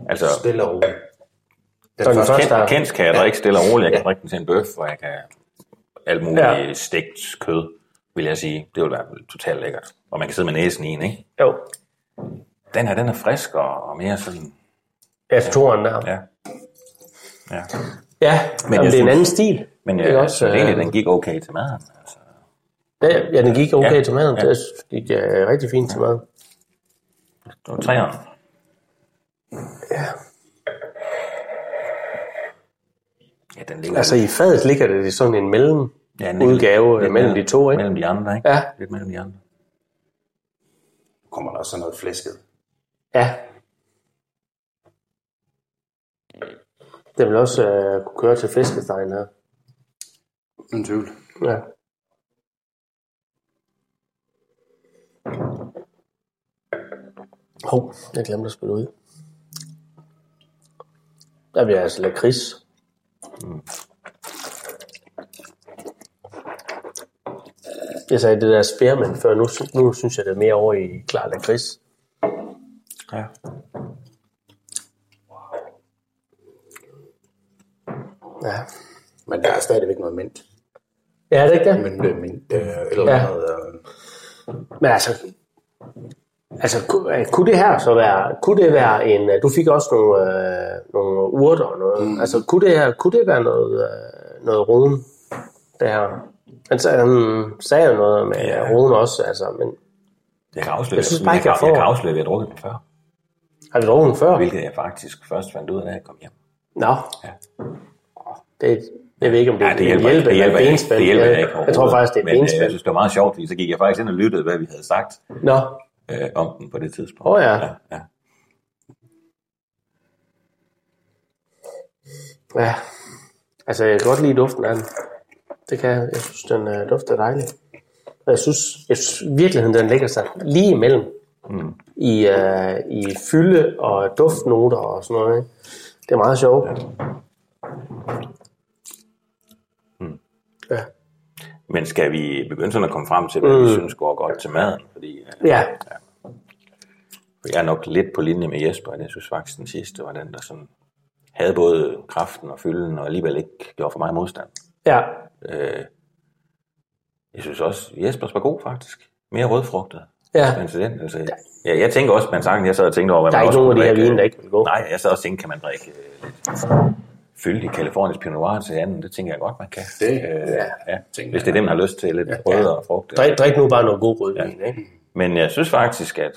Speaker 2: altså,
Speaker 3: stille og roligt. Den
Speaker 1: Så den
Speaker 3: første,
Speaker 1: første-
Speaker 2: kend, kendt kan jeg drikke stille og roligt. Jeg kan drikke den til en bøf, og jeg kan alt muligt
Speaker 1: Ja.
Speaker 2: ja. stegt kød, vil jeg sige. Det vil være totalt lækkert. Og man kan sidde med næsen i en, ikke?
Speaker 1: Jo.
Speaker 2: Den her, den er frisk og, og mere sådan...
Speaker 1: F2'eren der.
Speaker 2: Ja. ja.
Speaker 1: Ja,
Speaker 2: Men
Speaker 1: men
Speaker 2: jeg
Speaker 1: Jamen, det er en
Speaker 2: synes-
Speaker 1: anden stil.
Speaker 2: Men
Speaker 1: Det er
Speaker 2: jeg, også, synes
Speaker 1: øh,
Speaker 2: egentlig, den gik okay til maden. Altså.
Speaker 1: ja, ja, den gik okay
Speaker 2: Ja,
Speaker 1: til maden.
Speaker 2: ja.
Speaker 1: Ja. Det gik øh, rigtig fint til maden.
Speaker 2: Det var træerne. Ja. Ja, den ligger...
Speaker 1: Altså i fadet ligger det i sådan en mellem
Speaker 2: ja, den ligger
Speaker 1: udgave
Speaker 2: lidt
Speaker 1: øh, mellem
Speaker 2: mere-
Speaker 1: de to, ikke?
Speaker 2: Mellem de andre, ikke?
Speaker 1: Ja.
Speaker 2: Lidt mellem de andre.
Speaker 3: kommer der også sådan noget flæsket.
Speaker 1: Ja. Den vil også øh, kunne køre til fiskestegen her.
Speaker 3: Uden tvivl.
Speaker 1: Ja. Hov, jeg glemte at spille ud. Der bliver altså lakrids. Jeg sagde det der spearmint før, nu, sy- nu synes jeg det er mere over i klar lakrids.
Speaker 2: Ja.
Speaker 1: Ja.
Speaker 3: Men der er stadigvæk noget mint.
Speaker 1: Ja, er det ikke det?
Speaker 3: Men, øh, mint øh, eller
Speaker 1: Ja.
Speaker 3: ja. noget, øh,
Speaker 1: Men altså, altså ku- øh, kunne det her så være, kunne det være en, øh, du fik også nogle, øh, nogle urter og noget, mm. altså kunne det her, kunne det være noget, øh, noget roden, det her? Altså, han sagde jo noget med
Speaker 2: Ja.
Speaker 1: ja. roden også, altså, men
Speaker 2: Jeg kan afsløre,
Speaker 1: Jeg synes bare ikke, jeg
Speaker 2: jeg, jeg kan
Speaker 1: får-
Speaker 2: afsløre, at jeg har drukket den før.
Speaker 1: har vi drukket den før?
Speaker 2: Hvilket jeg faktisk først fandt ud af, da jeg kom hjem.
Speaker 1: Nå.
Speaker 2: Ja.
Speaker 1: Det, jeg ved ikke, om det,
Speaker 2: Ja,
Speaker 1: er
Speaker 2: det hjælper,
Speaker 1: hjælpe,
Speaker 2: det hjælper,
Speaker 1: eller
Speaker 2: ikke.
Speaker 1: benspænd.
Speaker 2: Det hjælper
Speaker 1: jeg,
Speaker 2: ikke
Speaker 1: jeg tror
Speaker 2: overhovedet.
Speaker 1: faktisk, det er
Speaker 2: Men øh, jeg
Speaker 1: benspænd.
Speaker 2: synes, det var meget sjovt, fordi så gik jeg faktisk ind og lyttede, hvad vi havde sagt
Speaker 1: Nå,
Speaker 2: øh, om den på det tidspunkt.
Speaker 1: Åh, ja.
Speaker 2: ja, ja.
Speaker 1: ja. Altså, jeg kan godt lide duften af den. Det kan jeg. Jeg synes, den øh, dufter dejligt. Og jeg synes, jeg synes i virkeligheden, den lægger sig lige imellem.
Speaker 2: Mm.
Speaker 1: I, øh, i fylde og duftnoter og sådan noget. Ikke? Det er meget sjovt. Ja.
Speaker 2: Mm.
Speaker 1: Ja.
Speaker 2: Men skal vi begynde sådan at komme frem til, hvad mm. vi synes går godt til maden? Fordi øh,
Speaker 1: ja.
Speaker 2: jeg er nok lidt på linje med Jesper, og jeg synes faktisk, den sidste var den, der sådan havde både kraften og fylden, og alligevel ikke gjorde for meget modstand.
Speaker 1: ja.
Speaker 2: Øh, jeg synes også, Jespers var god faktisk. Mere rødfrugtet.
Speaker 1: Ja.
Speaker 2: Men til den, altså, ja, jeg tænker også, man sagtens, jeg sad og tænkte over, hvad
Speaker 1: Der er
Speaker 2: man
Speaker 1: ikke
Speaker 2: også
Speaker 1: nogen af
Speaker 2: kunne
Speaker 1: de her
Speaker 2: drikke.
Speaker 1: vine, der ikke vil gå.
Speaker 2: Nej, jeg sad også og tænkte, kan man drikke øh, lidt fyldig kalifornisk Pinot Noir til anden? Det tænker jeg godt, man kan.
Speaker 3: Det,
Speaker 2: øh, ja.
Speaker 3: tænker
Speaker 2: Hvis det er dem, har lyst til lidt ja, rødere ja. frugt.
Speaker 1: Drik, drik nu bare noget god rødvin. Ja. Ikke?
Speaker 2: Men jeg synes faktisk, at,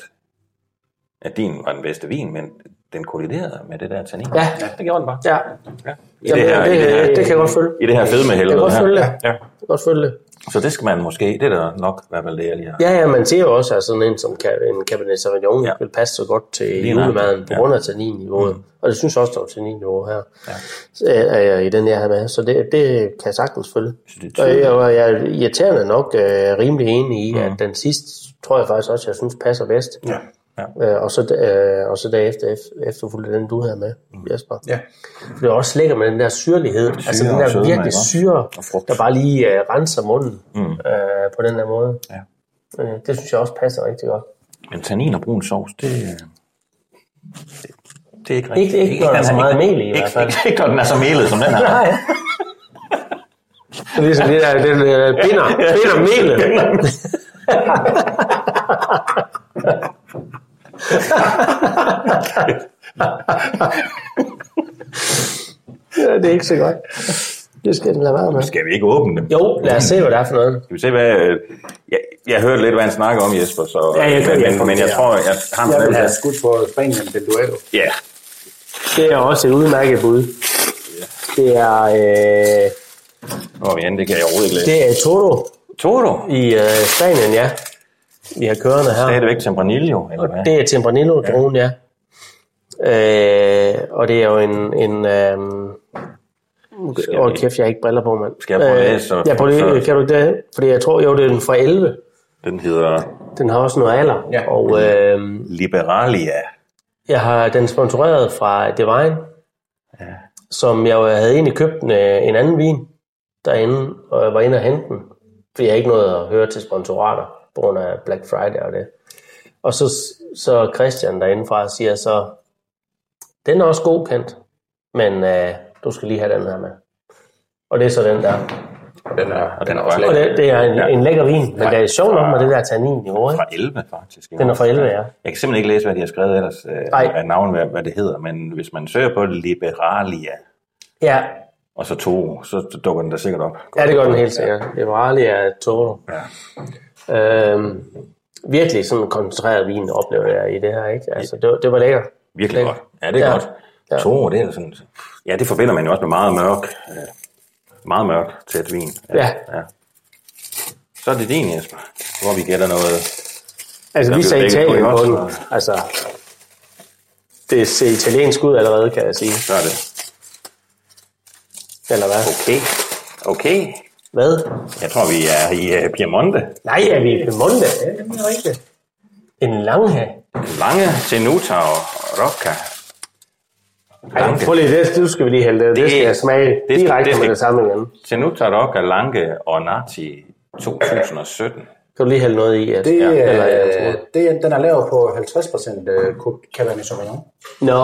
Speaker 2: at din var den bedste vin, men den kolliderede med det der tannin.
Speaker 1: Ja.
Speaker 2: det gjorde den bare.
Speaker 1: Ja,
Speaker 2: I,
Speaker 1: Jamen,
Speaker 2: det her,
Speaker 1: det,
Speaker 2: i, det her,
Speaker 1: det kan jeg godt følge.
Speaker 2: i det her fedme
Speaker 1: Jeg kan
Speaker 2: helvede
Speaker 1: godt
Speaker 2: her.
Speaker 1: følge det.
Speaker 2: Ja.
Speaker 1: Jeg kan godt følge det.
Speaker 2: Så det skal man måske, det er der nok i hvert fald det, jeg lige har.
Speaker 1: Ja, ja, man ser jo også, at sådan en som Ca- en Cabernet Sauvignon ja.
Speaker 2: Ja.
Speaker 1: vil passe så godt til
Speaker 2: Lige
Speaker 1: julemaden
Speaker 2: nøjagtigt,
Speaker 1: på
Speaker 2: ja.
Speaker 1: grund af tanninniveauet. Mm. Og det synes jeg også, der er tanninniveau her ja. øh, i den, jeg har med. Så det, det kan jeg sagtens følge.
Speaker 2: Så det er
Speaker 1: Og
Speaker 2: tydeligt.
Speaker 1: jeg, og jeg er irriterende nok øh, rimelig enig i, mm. at den sidste, tror jeg faktisk også, jeg synes passer bedst.
Speaker 3: Ja.
Speaker 1: Øh, og, så, øh, og så derefter ef- efterfulgte den, du havde med,
Speaker 2: Mm.
Speaker 1: Jesper.
Speaker 3: Ja.
Speaker 1: For det er også lækkert med den der syrlighed, Syre altså den
Speaker 2: og
Speaker 1: der
Speaker 2: sødme,
Speaker 1: virkelig
Speaker 2: ikke?
Speaker 1: syre,
Speaker 2: Og frugt.
Speaker 1: der bare lige øh, renser munden
Speaker 2: Mm.
Speaker 1: øh, på den der måde.
Speaker 2: Ja.
Speaker 1: Øh, det synes jeg også passer rigtig godt.
Speaker 2: Men tannin og brun sovs, det, det- det er ikke rigtigt.
Speaker 1: Ikke- ikke når der er så
Speaker 2: den
Speaker 1: meget
Speaker 2: ikke-
Speaker 1: mel i, i
Speaker 2: ikke-
Speaker 1: hvert fald.
Speaker 2: Ikke, ikke når den er så melet, som den her.
Speaker 1: Nej. Det er ligesom det der, den øh, binder, binder melet. ja, det er ikke så godt. Det skal den lade være med.
Speaker 2: Skal vi ikke åbne dem?
Speaker 1: Jo, lad os se, hvad det er for noget.
Speaker 2: Skal vi se, hvad... øh, Jeg, jeg hørte lidt, hvad han snakker om, Jesper, så,
Speaker 1: Ja, jeg kan-
Speaker 2: men,
Speaker 1: jeg
Speaker 2: men,
Speaker 1: kan-
Speaker 2: men jeg
Speaker 1: ja.
Speaker 2: tror, jeg har en
Speaker 3: Jeg vil
Speaker 2: fornemmelse. af-
Speaker 3: have skudt på Spanien, den duello.
Speaker 2: Ja,
Speaker 1: Det er også et udmærket bud. Det er, øh,
Speaker 2: hvor er vi henne, det kan jeg overhovedet ikke læse.
Speaker 1: det er Toro
Speaker 2: Toto,
Speaker 1: i øh, Spanien, ja. Vi har kørende her.
Speaker 2: stadigvæk Tempranillo, eller hvad?
Speaker 1: Det er Tempranillo-druen, ja. ja. Øh, og det er jo en... en øh,
Speaker 2: Skal
Speaker 1: Åh, oh,
Speaker 2: vi-
Speaker 1: kæft, jeg har ikke briller på, mand. Øh,
Speaker 2: Skal jeg prøve at læse, så-
Speaker 1: Ja, prøv lige,
Speaker 2: så-
Speaker 1: kan du ikke det? Fordi jeg tror, jo, det er den fra 11.
Speaker 2: Den hedder
Speaker 1: Den har også noget alder.
Speaker 3: Ja.
Speaker 1: Og øh,
Speaker 2: Liberalia.
Speaker 1: jeg har den sponsoreret fra Divine, ja. som jeg jo havde egentlig købt en, øh, en anden vin derinde, og jeg var inde og hente den. Fordi jeg ikke nåede at høre til sponsorater, på grund af Black Friday og det. Og så, så Christian derindefra siger så, den er også godkendt, men øh, du skal lige have den her med. Og det er så den der.
Speaker 3: Den er,
Speaker 2: Og den er også
Speaker 1: Og det, det er en,
Speaker 2: Ja.
Speaker 1: en lækker vin, men det er sjovt nok med det der tannin-niveau, ikke?
Speaker 2: Fra 11, faktisk.
Speaker 1: Den er fra 11, ja.
Speaker 2: Jeg kan simpelthen ikke læse, hvad de har skrevet ellers øh,
Speaker 1: Nej.
Speaker 2: af navn, hvad, hvad det hedder, men hvis man søger på Liberalia
Speaker 1: Ja,
Speaker 2: og så to, så dukker den da sikkert op.
Speaker 1: ja det gør den helt sikkert. Liberale er Toro.
Speaker 2: Ja.
Speaker 1: Øhm, virkelig sådan en koncentreret vin, oplever jeg i det her, ikke? Altså, det, var- det var lækkert.
Speaker 2: Virkelig
Speaker 1: Ja.
Speaker 2: godt. Ja, det er
Speaker 1: Ja.
Speaker 2: ja. godt.
Speaker 1: Ja.
Speaker 2: Ja. To, det er sådan... Ja, det forbinder man jo også med meget mørk, øh, meget mørk tæt vin.
Speaker 1: Ja.
Speaker 2: ja. Så er det din, Jesper, hvor vi gætter noget. Der
Speaker 1: Altså, vi
Speaker 2: blev
Speaker 1: sagde
Speaker 2: begge
Speaker 1: Italien
Speaker 2: point
Speaker 1: på den.
Speaker 2: også.
Speaker 1: Altså, det ser italiensk ud allerede, kan jeg sige.
Speaker 2: Så er det
Speaker 1: Eller hvad?
Speaker 2: okay. Okay.
Speaker 1: Hvad?
Speaker 2: Jeg tror, vi er i øh, Piemonte.
Speaker 1: Nej, er vi i Piemonte? Ja, det er rigtigt. En langha.
Speaker 2: Lange, Tenuta og Rocca.
Speaker 1: Ej, prøv lige, det, det skal vi lige hælde. Det, det
Speaker 2: Det-
Speaker 1: skal jeg smage
Speaker 2: det-
Speaker 1: direkte
Speaker 2: det-
Speaker 1: med det samme igen.
Speaker 2: Tenuta, Rocca, Lange og Nati 2017.
Speaker 1: Kan du lige hælde noget i? altså? At,
Speaker 3: Det, ja,
Speaker 1: eller, jeg
Speaker 3: øh,
Speaker 1: tror.
Speaker 3: det, er- den er lavet på 50% øh, Cab- Cabernet Sauvignon.
Speaker 1: Nå,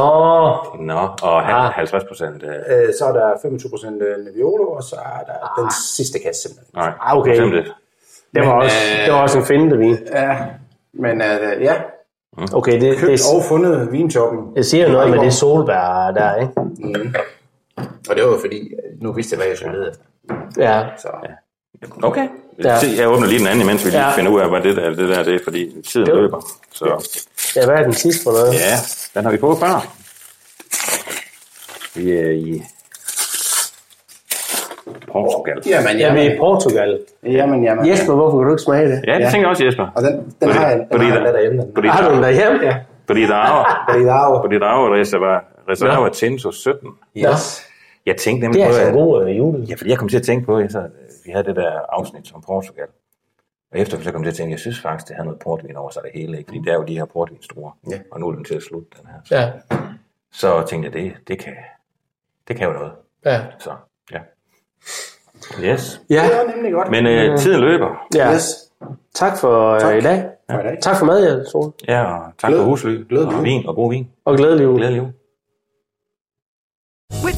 Speaker 2: Nå, og han-
Speaker 1: Ah.
Speaker 2: 50 procent. Øh,
Speaker 3: Øh, så er der 25% øh, Nebbiolo, og så er der den sidste kasse simpelthen.
Speaker 2: nej, øh.
Speaker 1: Ah, okay.
Speaker 2: Glem det.
Speaker 1: det var, også,
Speaker 2: øh,
Speaker 1: det var også en finte vin.
Speaker 3: Ja, men øh, ja,
Speaker 2: Mm.
Speaker 1: Okay, det, det,
Speaker 3: købt og fundet vintoppen.
Speaker 1: det siger jo noget med
Speaker 3: Aalborg.
Speaker 1: det solbær der, ikke?
Speaker 3: Og det var jo fordi, øh, nu vidste jeg, hvad jeg skulle lede efter.
Speaker 1: Ja,
Speaker 3: Så
Speaker 2: Okay.
Speaker 1: Ja.
Speaker 2: Ja. Jeg åbner lige den anden, imens vi lige
Speaker 1: Ja.
Speaker 2: ja. finder ud af, hvad det der, det der det er, fordi tiden
Speaker 1: Jo.
Speaker 2: jo. løber. Så
Speaker 1: ja hvad er den sidste for noget?
Speaker 2: ja, den har vi på før. Vi er i Portugal.
Speaker 3: jamen,
Speaker 1: Ja, vi er i
Speaker 3: jamen,
Speaker 1: Portugal.
Speaker 3: jamen, jamen.
Speaker 1: Jesper, hvorfor kan du ikke smage det?
Speaker 2: Ja, det
Speaker 3: Ja.
Speaker 2: tænker jeg også, Jesper.
Speaker 3: Og den, den har jeg, den
Speaker 2: fordi,
Speaker 3: har jeg
Speaker 2: der,
Speaker 3: ladt derhjemme. den.
Speaker 2: fordi,
Speaker 1: Har du den
Speaker 2: der,
Speaker 1: derhjemme?
Speaker 3: Ja,
Speaker 2: fordi der er
Speaker 3: fordi der er jo...
Speaker 2: fordi der er jo reserva- Reserva Tinto 17.
Speaker 1: Yes.
Speaker 2: Jeg tænkte
Speaker 1: Det
Speaker 2: nemlig
Speaker 1: er
Speaker 2: på,
Speaker 1: altså
Speaker 2: at
Speaker 1: en god øh, jule.
Speaker 2: Ja, fordi jeg kom til at tænke på, så øh, vi havde det der afsnit om Portugal. Og efter så kom jeg til at tænke, jeg synes faktisk, det havde noget portvin over sig det hele, ikke? fordi det er jo de her portvinstruer, ja. og nu er den til at slutte den her. Så,
Speaker 1: Ja,
Speaker 2: så tænkte jeg, det, det, kan, det kan jo noget.
Speaker 1: ja.
Speaker 2: Så, ja. Yes.
Speaker 1: Ja,
Speaker 3: Det var nemlig godt.
Speaker 2: Men øh, tiden løber.
Speaker 1: ja.
Speaker 3: Yes.
Speaker 1: tak for øh, i dag.
Speaker 3: For i dag.
Speaker 1: Tak for mad, Jelle Sol.
Speaker 2: Ja, og tak
Speaker 3: Glæd-
Speaker 2: for husly,
Speaker 3: glædelig
Speaker 2: og
Speaker 3: jul.
Speaker 2: vin, og god vin.
Speaker 1: Og glædelig jul.
Speaker 2: Glædelig jul.
Speaker 4: With